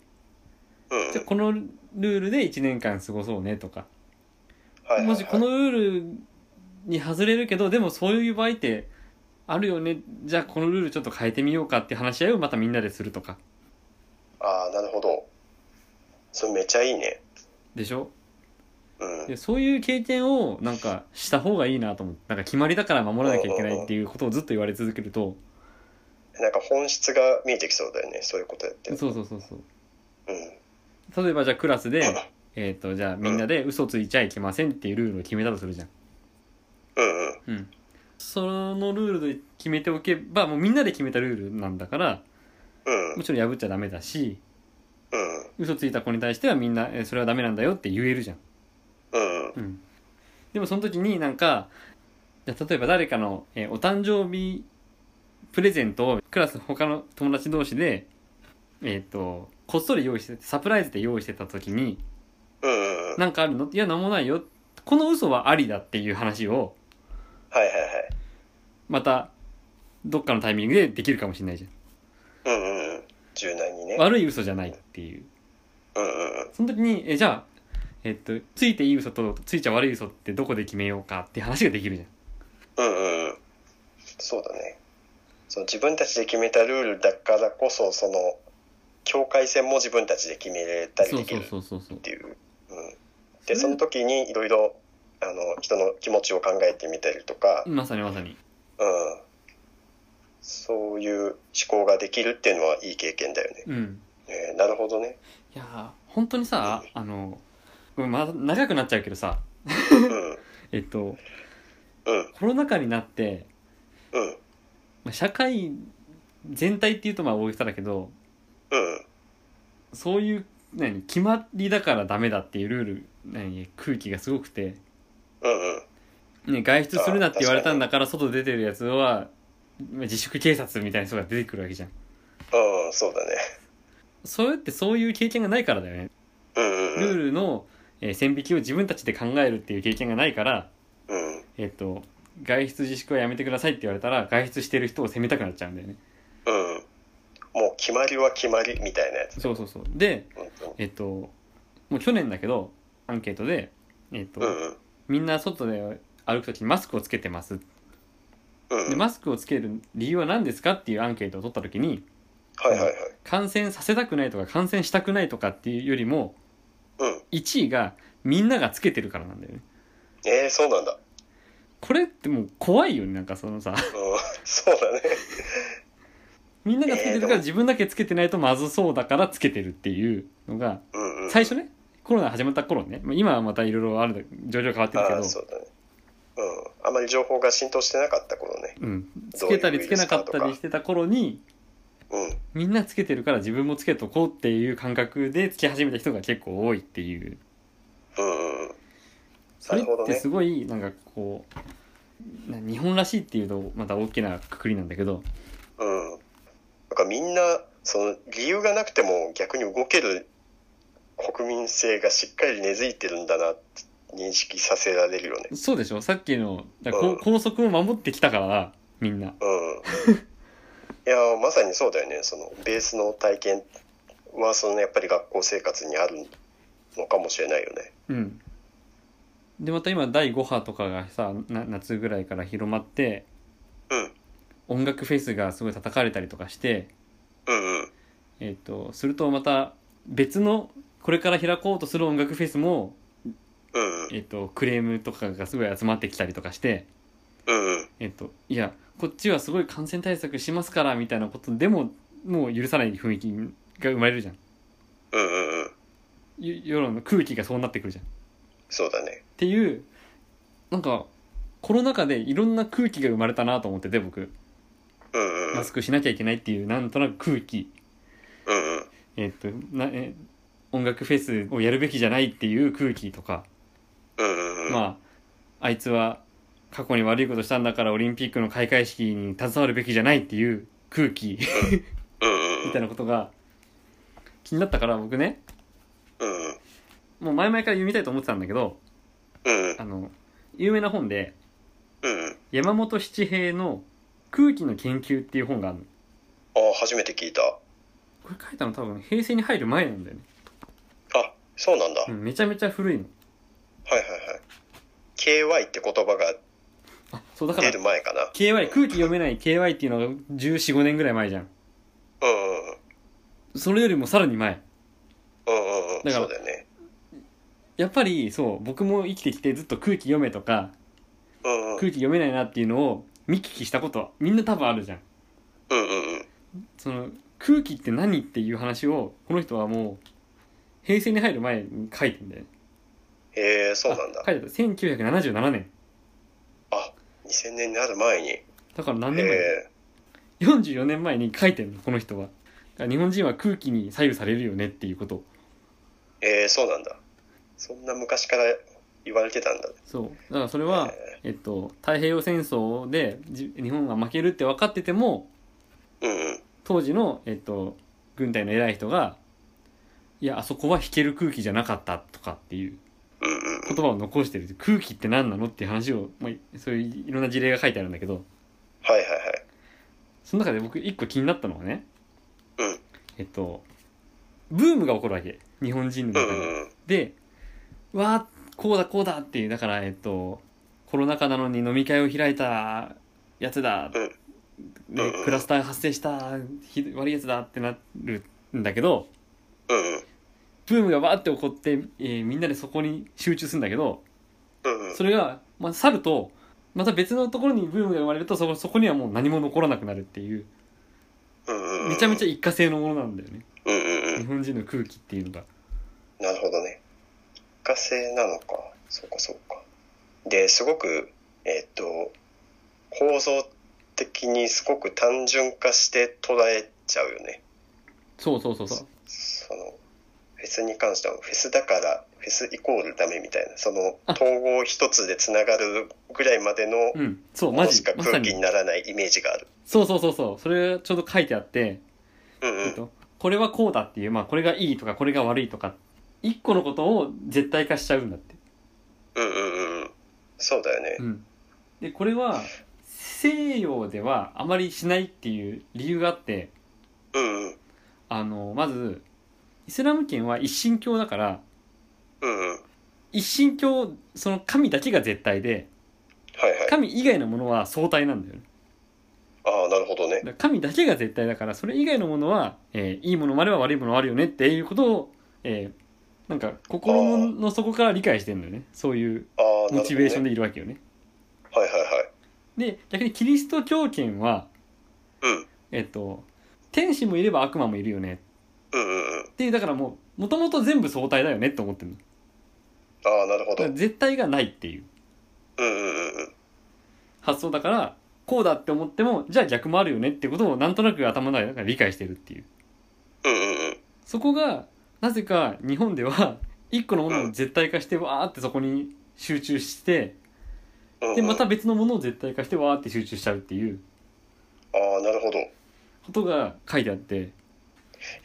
Speaker 2: うんうん
Speaker 1: じゃあこのルールで1年間過ごそうねとか
Speaker 2: はいはいはい
Speaker 1: もしこのルールに外れるけどでもそういう場合ってあるよねじゃあこのルールちょっと変えてみようかって話し合いをまたみんなでするとか
Speaker 2: ああ、なるほど。それめちゃいいね。
Speaker 1: でしょ
Speaker 2: うん。
Speaker 1: でそういう経験をなんかした方がいいなと思ってなんか決まりだから守らなきゃいけないっていうことをずっと言われ続けると
Speaker 2: なんか本質が見えてきそうだよね。そういうことやってる。
Speaker 1: そうそうそうそう
Speaker 2: うん。
Speaker 1: 例えばじゃあクラスで、えっとじゃあみんなで嘘ついちゃいけませんっていうルールを決めたとするじゃん
Speaker 2: うんうん。
Speaker 1: うん、そのルールで決めておけばもうみんなで決めたルールなんだから
Speaker 2: うん
Speaker 1: も。ちろん破っちゃダメだし
Speaker 2: うん。
Speaker 1: 嘘ついた子に対してはみんなえーそれはダメなんだよって言えるじゃん、
Speaker 2: うん。うん。
Speaker 1: うん、でもその時になんかじゃあ例えば誰かの、えーお誕生日プレゼントをクラス他の友達同士でえっ、とこっそり用意してサプライズで用意してた時に
Speaker 2: うんうん。はい
Speaker 1: なんかあるのいや何もないよこの嘘はありだっていう話を
Speaker 2: はいはい。
Speaker 1: またどっかのタイミングでできるかもしれないじゃん
Speaker 2: うんうんうん。柔軟にね。
Speaker 1: 悪い嘘じゃないっていう
Speaker 2: うんうんうん。
Speaker 1: その時にえじゃあえっとついていい嘘とついちゃ悪い嘘ってどこで決めようかって話ができるじゃん
Speaker 2: うんうんうん。そうだね。その自分たちで決めたルールだからこそ、その、境界線も自分たちで決めれたり
Speaker 1: そう
Speaker 2: でき
Speaker 1: そ
Speaker 2: る
Speaker 1: う
Speaker 2: っ
Speaker 1: そうそうそう
Speaker 2: ていう。うん。で、その時にいろいろ、あの、人の気持ちを考えてみたりとか、
Speaker 1: まさにまさに
Speaker 2: うん。そういう思考ができるっていうのはいい経験だよね。
Speaker 1: うん
Speaker 2: えーなるほどね。
Speaker 1: いやー本当にさあのごめんまだ長くなっちゃうけどさ
Speaker 2: うん。うん。
Speaker 1: えっと
Speaker 2: うん。
Speaker 1: コロナ禍になって
Speaker 2: うん。
Speaker 1: まあ社会全体っていうとまあ大げさだけど
Speaker 2: うん。
Speaker 1: そういう何決まりだからダメだっていうルール何空気がすごくて
Speaker 2: うん。うん。
Speaker 1: ね、外出するなって言われたんだから外出てるやつはまあ自粛警察みたいな人が出てくるわけじゃん
Speaker 2: うん。そうだね。
Speaker 1: それってそういう経験がないからだよね
Speaker 2: うん。
Speaker 1: ルー
Speaker 2: ル。
Speaker 1: ルの、えー線引きを自分たちで考えるっていう経験がないから
Speaker 2: うん。
Speaker 1: えっ、と外出自粛はやめてくださいって言われたら外出してる人を責めたくなっちゃうんだよね
Speaker 2: うん。もう決まりは決まりみたいなやつ。
Speaker 1: そうそうそうで
Speaker 2: 本当に
Speaker 1: えっ、ともう去年だけどアンケートでえっ、と、
Speaker 2: うんうん。
Speaker 1: みんな外で歩く時にマスクをつけてます
Speaker 2: うんう
Speaker 1: で
Speaker 2: ん。
Speaker 1: マスクをつける理由は何ですかっていうアンケートを取った時に
Speaker 2: はいはいはい。
Speaker 1: 感染させたくないとか感染したくないとかっていうよりも
Speaker 2: うん。
Speaker 1: 1位がみんながつけてるからなんだよね
Speaker 2: えー、そうなんだ。
Speaker 1: これってもう怖いよねなんかそのさ
Speaker 2: うん。 *laughs* そうだね。
Speaker 1: みんながつけてるか
Speaker 2: えーで
Speaker 1: ら
Speaker 2: も
Speaker 1: 自分だけつけてないとまずそうだからつけてるっていうのが
Speaker 2: うんうん。
Speaker 1: 最初ねコロナ始まった頃ねまあ今はまたいろいろある状況変わってる
Speaker 2: あ
Speaker 1: け
Speaker 2: あ、
Speaker 1: ど
Speaker 2: そうだね。うん。あまり情報が浸透してなかった頃ね。
Speaker 1: うん、つけたりつけなかったりしてた頃に
Speaker 2: うん。
Speaker 1: みんなつけてるから自分もつけとこうっていう感覚でつけ始めた人が結構多いっていう
Speaker 2: うんうん。
Speaker 1: そ
Speaker 2: な
Speaker 1: れ
Speaker 2: るほ
Speaker 1: っ
Speaker 2: ど
Speaker 1: て
Speaker 2: ね
Speaker 1: す。ごいなんかこうな日本らしいっていうとまた大きなくくりなんだけど
Speaker 2: うん。なんかみんな、その理由がなくても逆に動ける国民性がしっかり根付いてるんだなって認識させられるよね。
Speaker 1: そうでしょさっきのだからこ
Speaker 2: うん
Speaker 1: う校則を守ってきたからみんな
Speaker 2: うん。いや、まさにそうだよね。そのベースの体験は、そのやっぱり学校生活にあるのかもしれないよね。
Speaker 1: うんでまた今第5波とかがさな夏ぐらいから広まって
Speaker 2: うん。
Speaker 1: 音楽フェスがすごい叩かれたりとかして
Speaker 2: うんうん。
Speaker 1: えっ、とするとまた別のこれから開こうとする音楽フェスも、
Speaker 2: うんうん。
Speaker 1: えっとクレームとかがすごい集まってきたりとかして
Speaker 2: うんうん。
Speaker 1: えっと、いやこっちはすごい感染対策しますからみたいなことでももう許さない雰囲気が生まれるじゃん
Speaker 2: うんうんうん。
Speaker 1: ゆ世論の空気がそうなってくるじゃん
Speaker 2: そうだね。
Speaker 1: っていうなんかコロナ禍でいろんな空気が生まれたなと思ってて僕
Speaker 2: うんうん。
Speaker 1: マスクしなきゃいけないっていうなんとなく空気
Speaker 2: うんうん。
Speaker 1: えっとなえ音楽フェスをやるべきじゃないっていう空気とか、
Speaker 2: うんうんうん。
Speaker 1: まああいつは過去に悪いことしたんだからオリンピックの開会式に携わるべきじゃないっていう空気
Speaker 2: うんうんう
Speaker 1: み
Speaker 2: ん。
Speaker 1: たいなことが気になったから僕ね
Speaker 2: うんうん。
Speaker 1: もう前々から読みたいと思ってたんだけど
Speaker 2: うんうん。
Speaker 1: あの有名な本で
Speaker 2: うんうん。
Speaker 1: 山本七平の「空気の研究」っていう本があるの
Speaker 2: ああ、初めて聞いた。
Speaker 1: これ書いたの多分平成に入る前なんだよね、
Speaker 2: あ、そうなんだ。は
Speaker 1: う
Speaker 2: い
Speaker 1: ん、めちゃめちゃ古いの
Speaker 2: はいはい。KY って言葉が
Speaker 1: あそうだか
Speaker 2: 出
Speaker 1: ら
Speaker 2: る前かな。
Speaker 1: KY 空気読めない KY っていうのが1415年ぐらい前じゃん
Speaker 2: うんうんうん。
Speaker 1: それよりもさらに前
Speaker 2: うんうんうん。
Speaker 1: だから
Speaker 2: そうだよね。
Speaker 1: やっぱりそう僕も生きてきてずっと空気読めとか
Speaker 2: うんうん。うん
Speaker 1: 空気読めないなっていうのを見聞きしたことはみんな多分あるじゃん
Speaker 2: うんうん。
Speaker 1: その空気って何っていう話をこの人はもう平成に入る前に書いてんだよね
Speaker 2: へえ、そうなんだ
Speaker 1: あ。書いてた1977年
Speaker 2: あ、2000年になる前に。へ
Speaker 1: だから何年前、
Speaker 2: え。
Speaker 1: 44年前に書いてんのこの人はだから日本人は空気に左右されるよねっていうこと
Speaker 2: えー、そうなんだ。そんな昔から言われてたんだ。
Speaker 1: そうだからそれは、えっと、太平洋戦争でじ日本が負けるって分かってても
Speaker 2: うんうん。
Speaker 1: 当時の、えっと、軍隊の偉い人が「いやあそこは引ける空気じゃなかった」とかっていう
Speaker 2: うんうん
Speaker 1: 言葉を残してる空気って何なのっていう話を、まあ、そういういろんな事例が書いてあるんだけど
Speaker 2: はいはいはい。
Speaker 1: その中で僕一個気になったのはね、
Speaker 2: うん
Speaker 1: えっとブームが起こるわけ日本人の
Speaker 2: う
Speaker 1: 中
Speaker 2: ん
Speaker 1: で。
Speaker 2: うんうん。
Speaker 1: で、わあ、こうだこうだっていう、だから、えっと、コロナ禍なのに飲み会を開いたやつだ、で
Speaker 2: んうんうん
Speaker 1: クラスターが発生した、ひど悪いやつだってなるんだけど、
Speaker 2: うんうん。
Speaker 1: ブームがわーって起こって、えーみんなでそこに集中するんだけど、
Speaker 2: うんうん。
Speaker 1: それが、まあ、去ると、また別のところにブームが生まれるとそこ、そこにはもう何も残らなくなるっていう、
Speaker 2: うんうん。
Speaker 1: めちゃめちゃ
Speaker 2: ゃ。
Speaker 1: 一過性のものなんだよね。
Speaker 2: うんうんう
Speaker 1: 日
Speaker 2: ん。
Speaker 1: 本人の空気っていうのが。
Speaker 2: なるほどね。一過性なのか。そうかそうか。で、すごく、えーっと、構造的にすごく単純化して捉えちゃうよね。
Speaker 1: そうそうそうそう。
Speaker 2: そのフェスに関してはフェスだからフェスイコールダメみたいなその
Speaker 1: あ
Speaker 2: 統合一つでつながるぐらいまでの
Speaker 1: うん、そう、
Speaker 2: も
Speaker 1: マ
Speaker 2: のし
Speaker 1: ジ
Speaker 2: か、
Speaker 1: まさ
Speaker 2: 空気に
Speaker 1: に。
Speaker 2: ならないイメージがある。
Speaker 1: そうそうそうそう。それちょうど書いてあって、
Speaker 2: うんう
Speaker 1: えっ
Speaker 2: ん
Speaker 1: と、これはこうだっていう、まあ、これがいいとかこれが悪いとか一個のことを絶対化しちゃうんだって、
Speaker 2: うんうんうんそうだよね。
Speaker 1: ん、でこれは西洋ではあまりしないっていう理由があって
Speaker 2: うんうん
Speaker 1: あのまずイスラム圏は一神教だから
Speaker 2: うんうんはい
Speaker 1: 一神教その神だけが絶対で
Speaker 2: はい。
Speaker 1: 神以外のものは相対なんだよね
Speaker 2: ああなるほど
Speaker 1: だ
Speaker 2: ね。
Speaker 1: から神だけが絶対だからそれ以外のものは、えーいいものもあれば悪いものもあるよねっていうことを、えーなんか心の底から理解してるんだよねそういう
Speaker 2: ああなるほど、ね。
Speaker 1: モチベーションでいるわけよね
Speaker 2: はいはいはい。
Speaker 1: で逆にキリスト教圏は、
Speaker 2: うん
Speaker 1: えっと、天使もいれば悪魔もいるよね
Speaker 2: うんうんうん
Speaker 1: っていうだからもうもともと全部相対だよねって思ってるのだ
Speaker 2: ああなるほど。
Speaker 1: か
Speaker 2: う
Speaker 1: ら
Speaker 2: ん
Speaker 1: 絶対がないっていう
Speaker 2: うんうんうん
Speaker 1: 発想だからこうだって思ってもじゃあ逆もあるよねってことをなんとなく頭の中で理解してるっていう
Speaker 2: うんうんうん
Speaker 1: そこがなぜか日本では一個のものを絶対化してわーってそこに集中して
Speaker 2: うんうん。
Speaker 1: でまた別のものを絶対化してわーって集中しちゃうっていう
Speaker 2: ああなるほど。や
Speaker 1: ことが書いてあって
Speaker 2: っ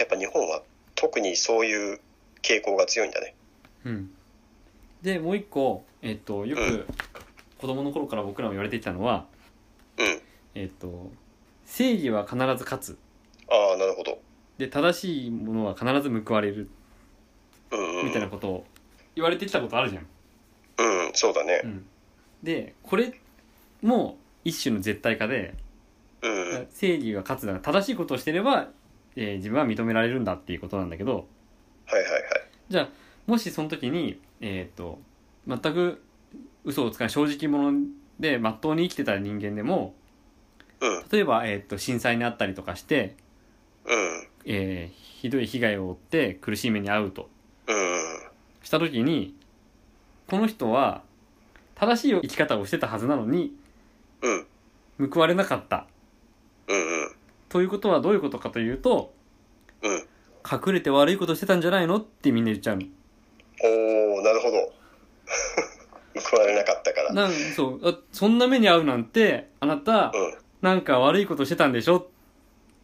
Speaker 2: ぱ日本は特にそういう傾向が強いんだね。
Speaker 1: うん、でもう一個、えっとよ
Speaker 2: う
Speaker 1: く子供の頃から僕らも言われてきたのは、
Speaker 2: うん
Speaker 1: えっと正義は必ず勝つ
Speaker 2: ああなるほど。
Speaker 1: で正しいものは必ず報われる
Speaker 2: うんうんうん
Speaker 1: みたいなことを言われてきたことあるじゃん。
Speaker 2: うんそうだね
Speaker 1: う。ん、でこれも一種の絶対化で
Speaker 2: うんうん
Speaker 1: 正義が勝つだから正しいことをしてれば、えー自分は認められるんだっていうことなんだけど
Speaker 2: はいはいはい。
Speaker 1: じゃあもしその時に、えー、と全く嘘をつかない正直者で真っ当に生きてた人間でも
Speaker 2: うん
Speaker 1: 例えば、えー、と震災にあったりとかして、
Speaker 2: うん
Speaker 1: えーひどい被害を負って苦しい目に遭うと
Speaker 2: うん
Speaker 1: した時にこの人は正しい生き方をしてたはずなのに
Speaker 2: うん。
Speaker 1: 報われなかった
Speaker 2: うんうん。
Speaker 1: ということはどういうことかというと
Speaker 2: うん。
Speaker 1: 隠れて悪いことしてたんじゃないのってみんな言っちゃうの
Speaker 2: おー、なるほど。 *laughs* 報われなかったから。うん。
Speaker 1: なんそうあそんな目に遭うなんてあなた
Speaker 2: はい
Speaker 1: なんか悪いことしてたんでしょ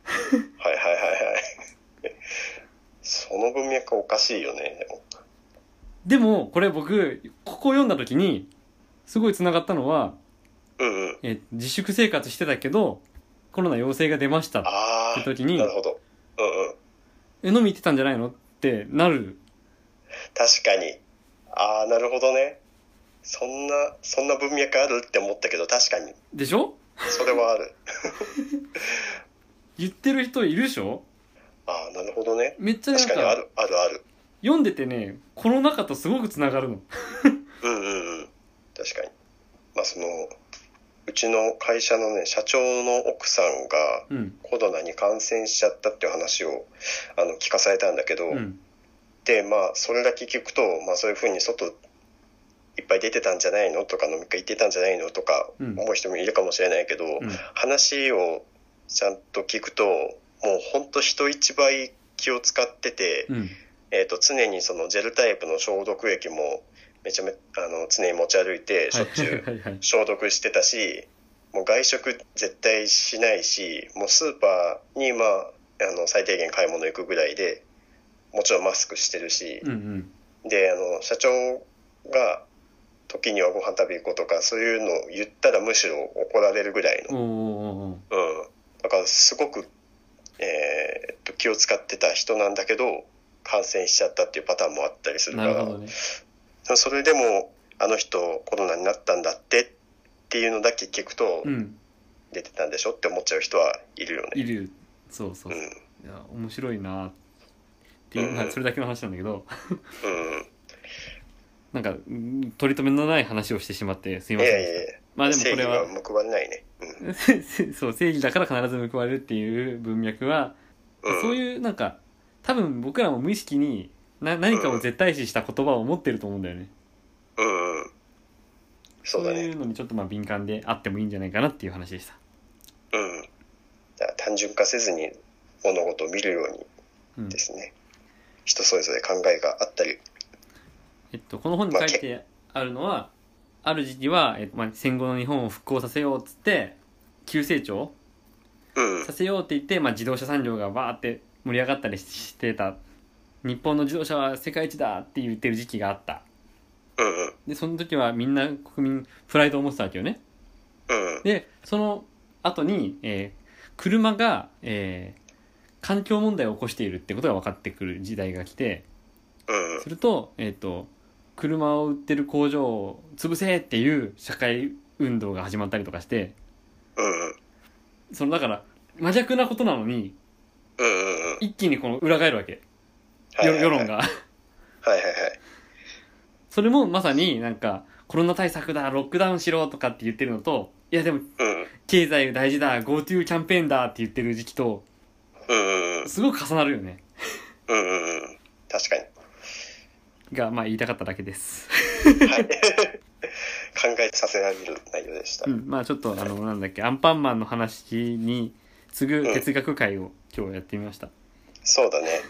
Speaker 2: はいはいはい。その文脈おかしいよね、でも。
Speaker 1: でもこれ僕ここを読んだ時にすごい繋がったのは、
Speaker 2: うんうん。
Speaker 1: え自粛生活してたけどコロナ陽性が出ましたっ
Speaker 2: あ
Speaker 1: て
Speaker 2: ー、
Speaker 1: 時に
Speaker 2: なるほど。うんうん。
Speaker 1: え飲み行ってたんじゃないのってなる
Speaker 2: 確かに。あー、なるほどね。そんな、そんな文脈あるって思ったけど、確かに。
Speaker 1: でしょ
Speaker 2: それはある。
Speaker 1: 言ってる人いるでしょ
Speaker 2: あー、なるほどね。
Speaker 1: めっちゃなんか
Speaker 2: 確かにある、あるある。
Speaker 1: 読んでてねこの中とすごくつながるの
Speaker 2: うんうんうん。確かに。まあその、うちの会社のね、社長の奥さんが
Speaker 1: うん
Speaker 2: コロナに感染しちゃったっていう話をあの聞かされたんだけど、
Speaker 1: うん
Speaker 2: で、まあそれだけ聞くと、まあそういうふうに外いっぱい出てたんじゃないのとか飲み会行ってたんじゃないのとか
Speaker 1: うん
Speaker 2: 思う人もいるかもしれないけど、
Speaker 1: うん
Speaker 2: 話をちゃんと聞くと、もうほんと人一倍気を使ってて、
Speaker 1: うん
Speaker 2: えー、と常にそのジェルタイプの消毒液もめちゃめあの常に持ち歩いてし
Speaker 1: は
Speaker 2: ょ
Speaker 1: い
Speaker 2: っちゅう
Speaker 1: はいはい
Speaker 2: 消毒してた
Speaker 1: *laughs*
Speaker 2: しもう外食絶対しないしもうスーパーに、まあ、あの最低限買い物行くぐらいでもちろんマスクしてるし
Speaker 1: うんうん
Speaker 2: であの社長が時にはご飯食べ行こうとかそういうのを言ったらむしろ怒られるぐらい
Speaker 1: おー
Speaker 2: の、
Speaker 1: おーおー
Speaker 2: うん、だからすごく、えーっと気を使ってた人なんだけど感染しちゃったっていうパターンもあったりす
Speaker 1: おー
Speaker 2: るか
Speaker 1: なる
Speaker 2: ら
Speaker 1: ほどね
Speaker 2: それでもあの人コロナになったんだってっていうのだけ聞くと
Speaker 1: うん
Speaker 2: 出てたんでしょって思っちゃう人はいるよ
Speaker 1: い
Speaker 2: ね。
Speaker 1: るそうそううんいや面白いなっていう、
Speaker 2: うん
Speaker 1: まあそれだけの話なんだけど
Speaker 2: うん、
Speaker 1: なんかうん取り留めのない話をしてしまってすい
Speaker 2: い
Speaker 1: ません
Speaker 2: や
Speaker 1: で
Speaker 2: い
Speaker 1: し
Speaker 2: や
Speaker 1: た
Speaker 2: いや、
Speaker 1: まあでもこれは
Speaker 2: 正義は報われないね。うん
Speaker 1: せせ *laughs* そう正義だから必ず報われるっていう文脈は、
Speaker 2: うん、
Speaker 1: そういうなんか多分僕らも無意識にな何かを絶対視した言葉を持ってると思うんだよね、
Speaker 2: うんうん、そうだ
Speaker 1: そうい
Speaker 2: ね。
Speaker 1: うのにちょっとまあ敏感であってもいいんじゃないかなっていう話でした、
Speaker 2: うん、だから単純化せずに物事を見るように
Speaker 1: うん
Speaker 2: ですね。人それぞれ考えがあったり。
Speaker 1: えっと、この本に書いてあるのはある時期は、えっとまあ、戦後の日本を復興させようっつって急成長
Speaker 2: うん、うん
Speaker 1: させようって言って、まあ、自動車産業がわーって盛り上がったりししてた日本の自動車は世界一だって言ってる時期があった
Speaker 2: うん、
Speaker 1: でその時はみんな国民プライドを持ってたわけよね
Speaker 2: うん、
Speaker 1: でその後に、えー車が、えー環境問題を起こしているってことが分かってくる時代が来て
Speaker 2: うん、
Speaker 1: すると,、えー、と車を売ってる工場を潰せっていう社会運動が始まったりとかして
Speaker 2: うん、うん、
Speaker 1: そのだから真逆なことなのに
Speaker 2: うん、うん。
Speaker 1: 一気にこの裏返るわけ
Speaker 2: はい
Speaker 1: よ
Speaker 2: はいはい
Speaker 1: 世論。が
Speaker 2: はいはいはい。
Speaker 1: それもまさになんかコロナ対策だロックダウンしろとかって言ってるのといやでも
Speaker 2: うん、
Speaker 1: 経済大事だ GoTo キャンペーンだって言ってる時期と
Speaker 2: うん、うん。
Speaker 1: すごく重なるよね
Speaker 2: うんうんうん。確かに。
Speaker 1: がまあ言いたかっただけ
Speaker 2: *laughs*
Speaker 1: です、
Speaker 2: はい。考えさせられる内容でした。
Speaker 1: う
Speaker 2: うん。
Speaker 1: ん、まあちょっとあのなんだっけアンパンマンの話に次ぐ哲学会を今日やってみました、
Speaker 2: そうだね。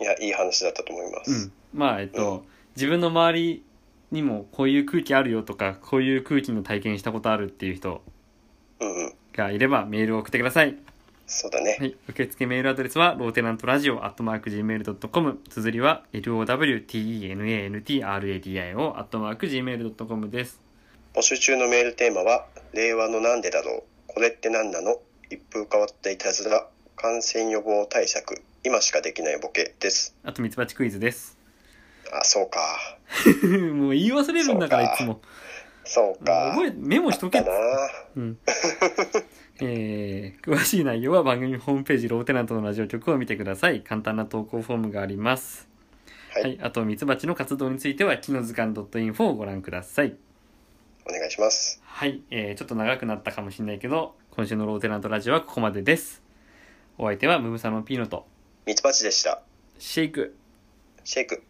Speaker 2: いや、いい話だったと思いま
Speaker 1: う
Speaker 2: す
Speaker 1: ん。、まあえっと、自分の周りにもこういう空気あるよとかこういう空気の体験したことあるっていう人
Speaker 2: うん、うん、
Speaker 1: がいればメールを送ってください
Speaker 2: そうだね。
Speaker 1: はい、受付メールアドレスはローテナントラジオアットマーク Gmail.com 綴りは LOWTENANTRADIO アットマーク Gmail.com です
Speaker 2: 募集中のメールテーマは、令和のなんでだろう、これって何なの、一風変わったいたずら、感染予防対策、今しかできないボケです。
Speaker 1: あとミツバチクイズです *laughs*
Speaker 2: あ、そうか。
Speaker 1: もう言い忘れるんだからいつも
Speaker 2: そうか。
Speaker 1: 覚えメモしとけ
Speaker 2: だな
Speaker 1: うん、 *laughs* えー詳しい内容は番組ホームページローテナントのラジオ局を見てください簡単な投稿フォームがあります
Speaker 2: はい
Speaker 1: あとミツバチの活動については木の図鑑 .info をご覧ください
Speaker 2: お願いします。
Speaker 1: はい、えーちょっと長くなったかもしれないけど今週のローテナントラジオはここまでですお相手はムムサノピーノと
Speaker 2: ミツバチでした。
Speaker 1: シェイク
Speaker 2: シェイク。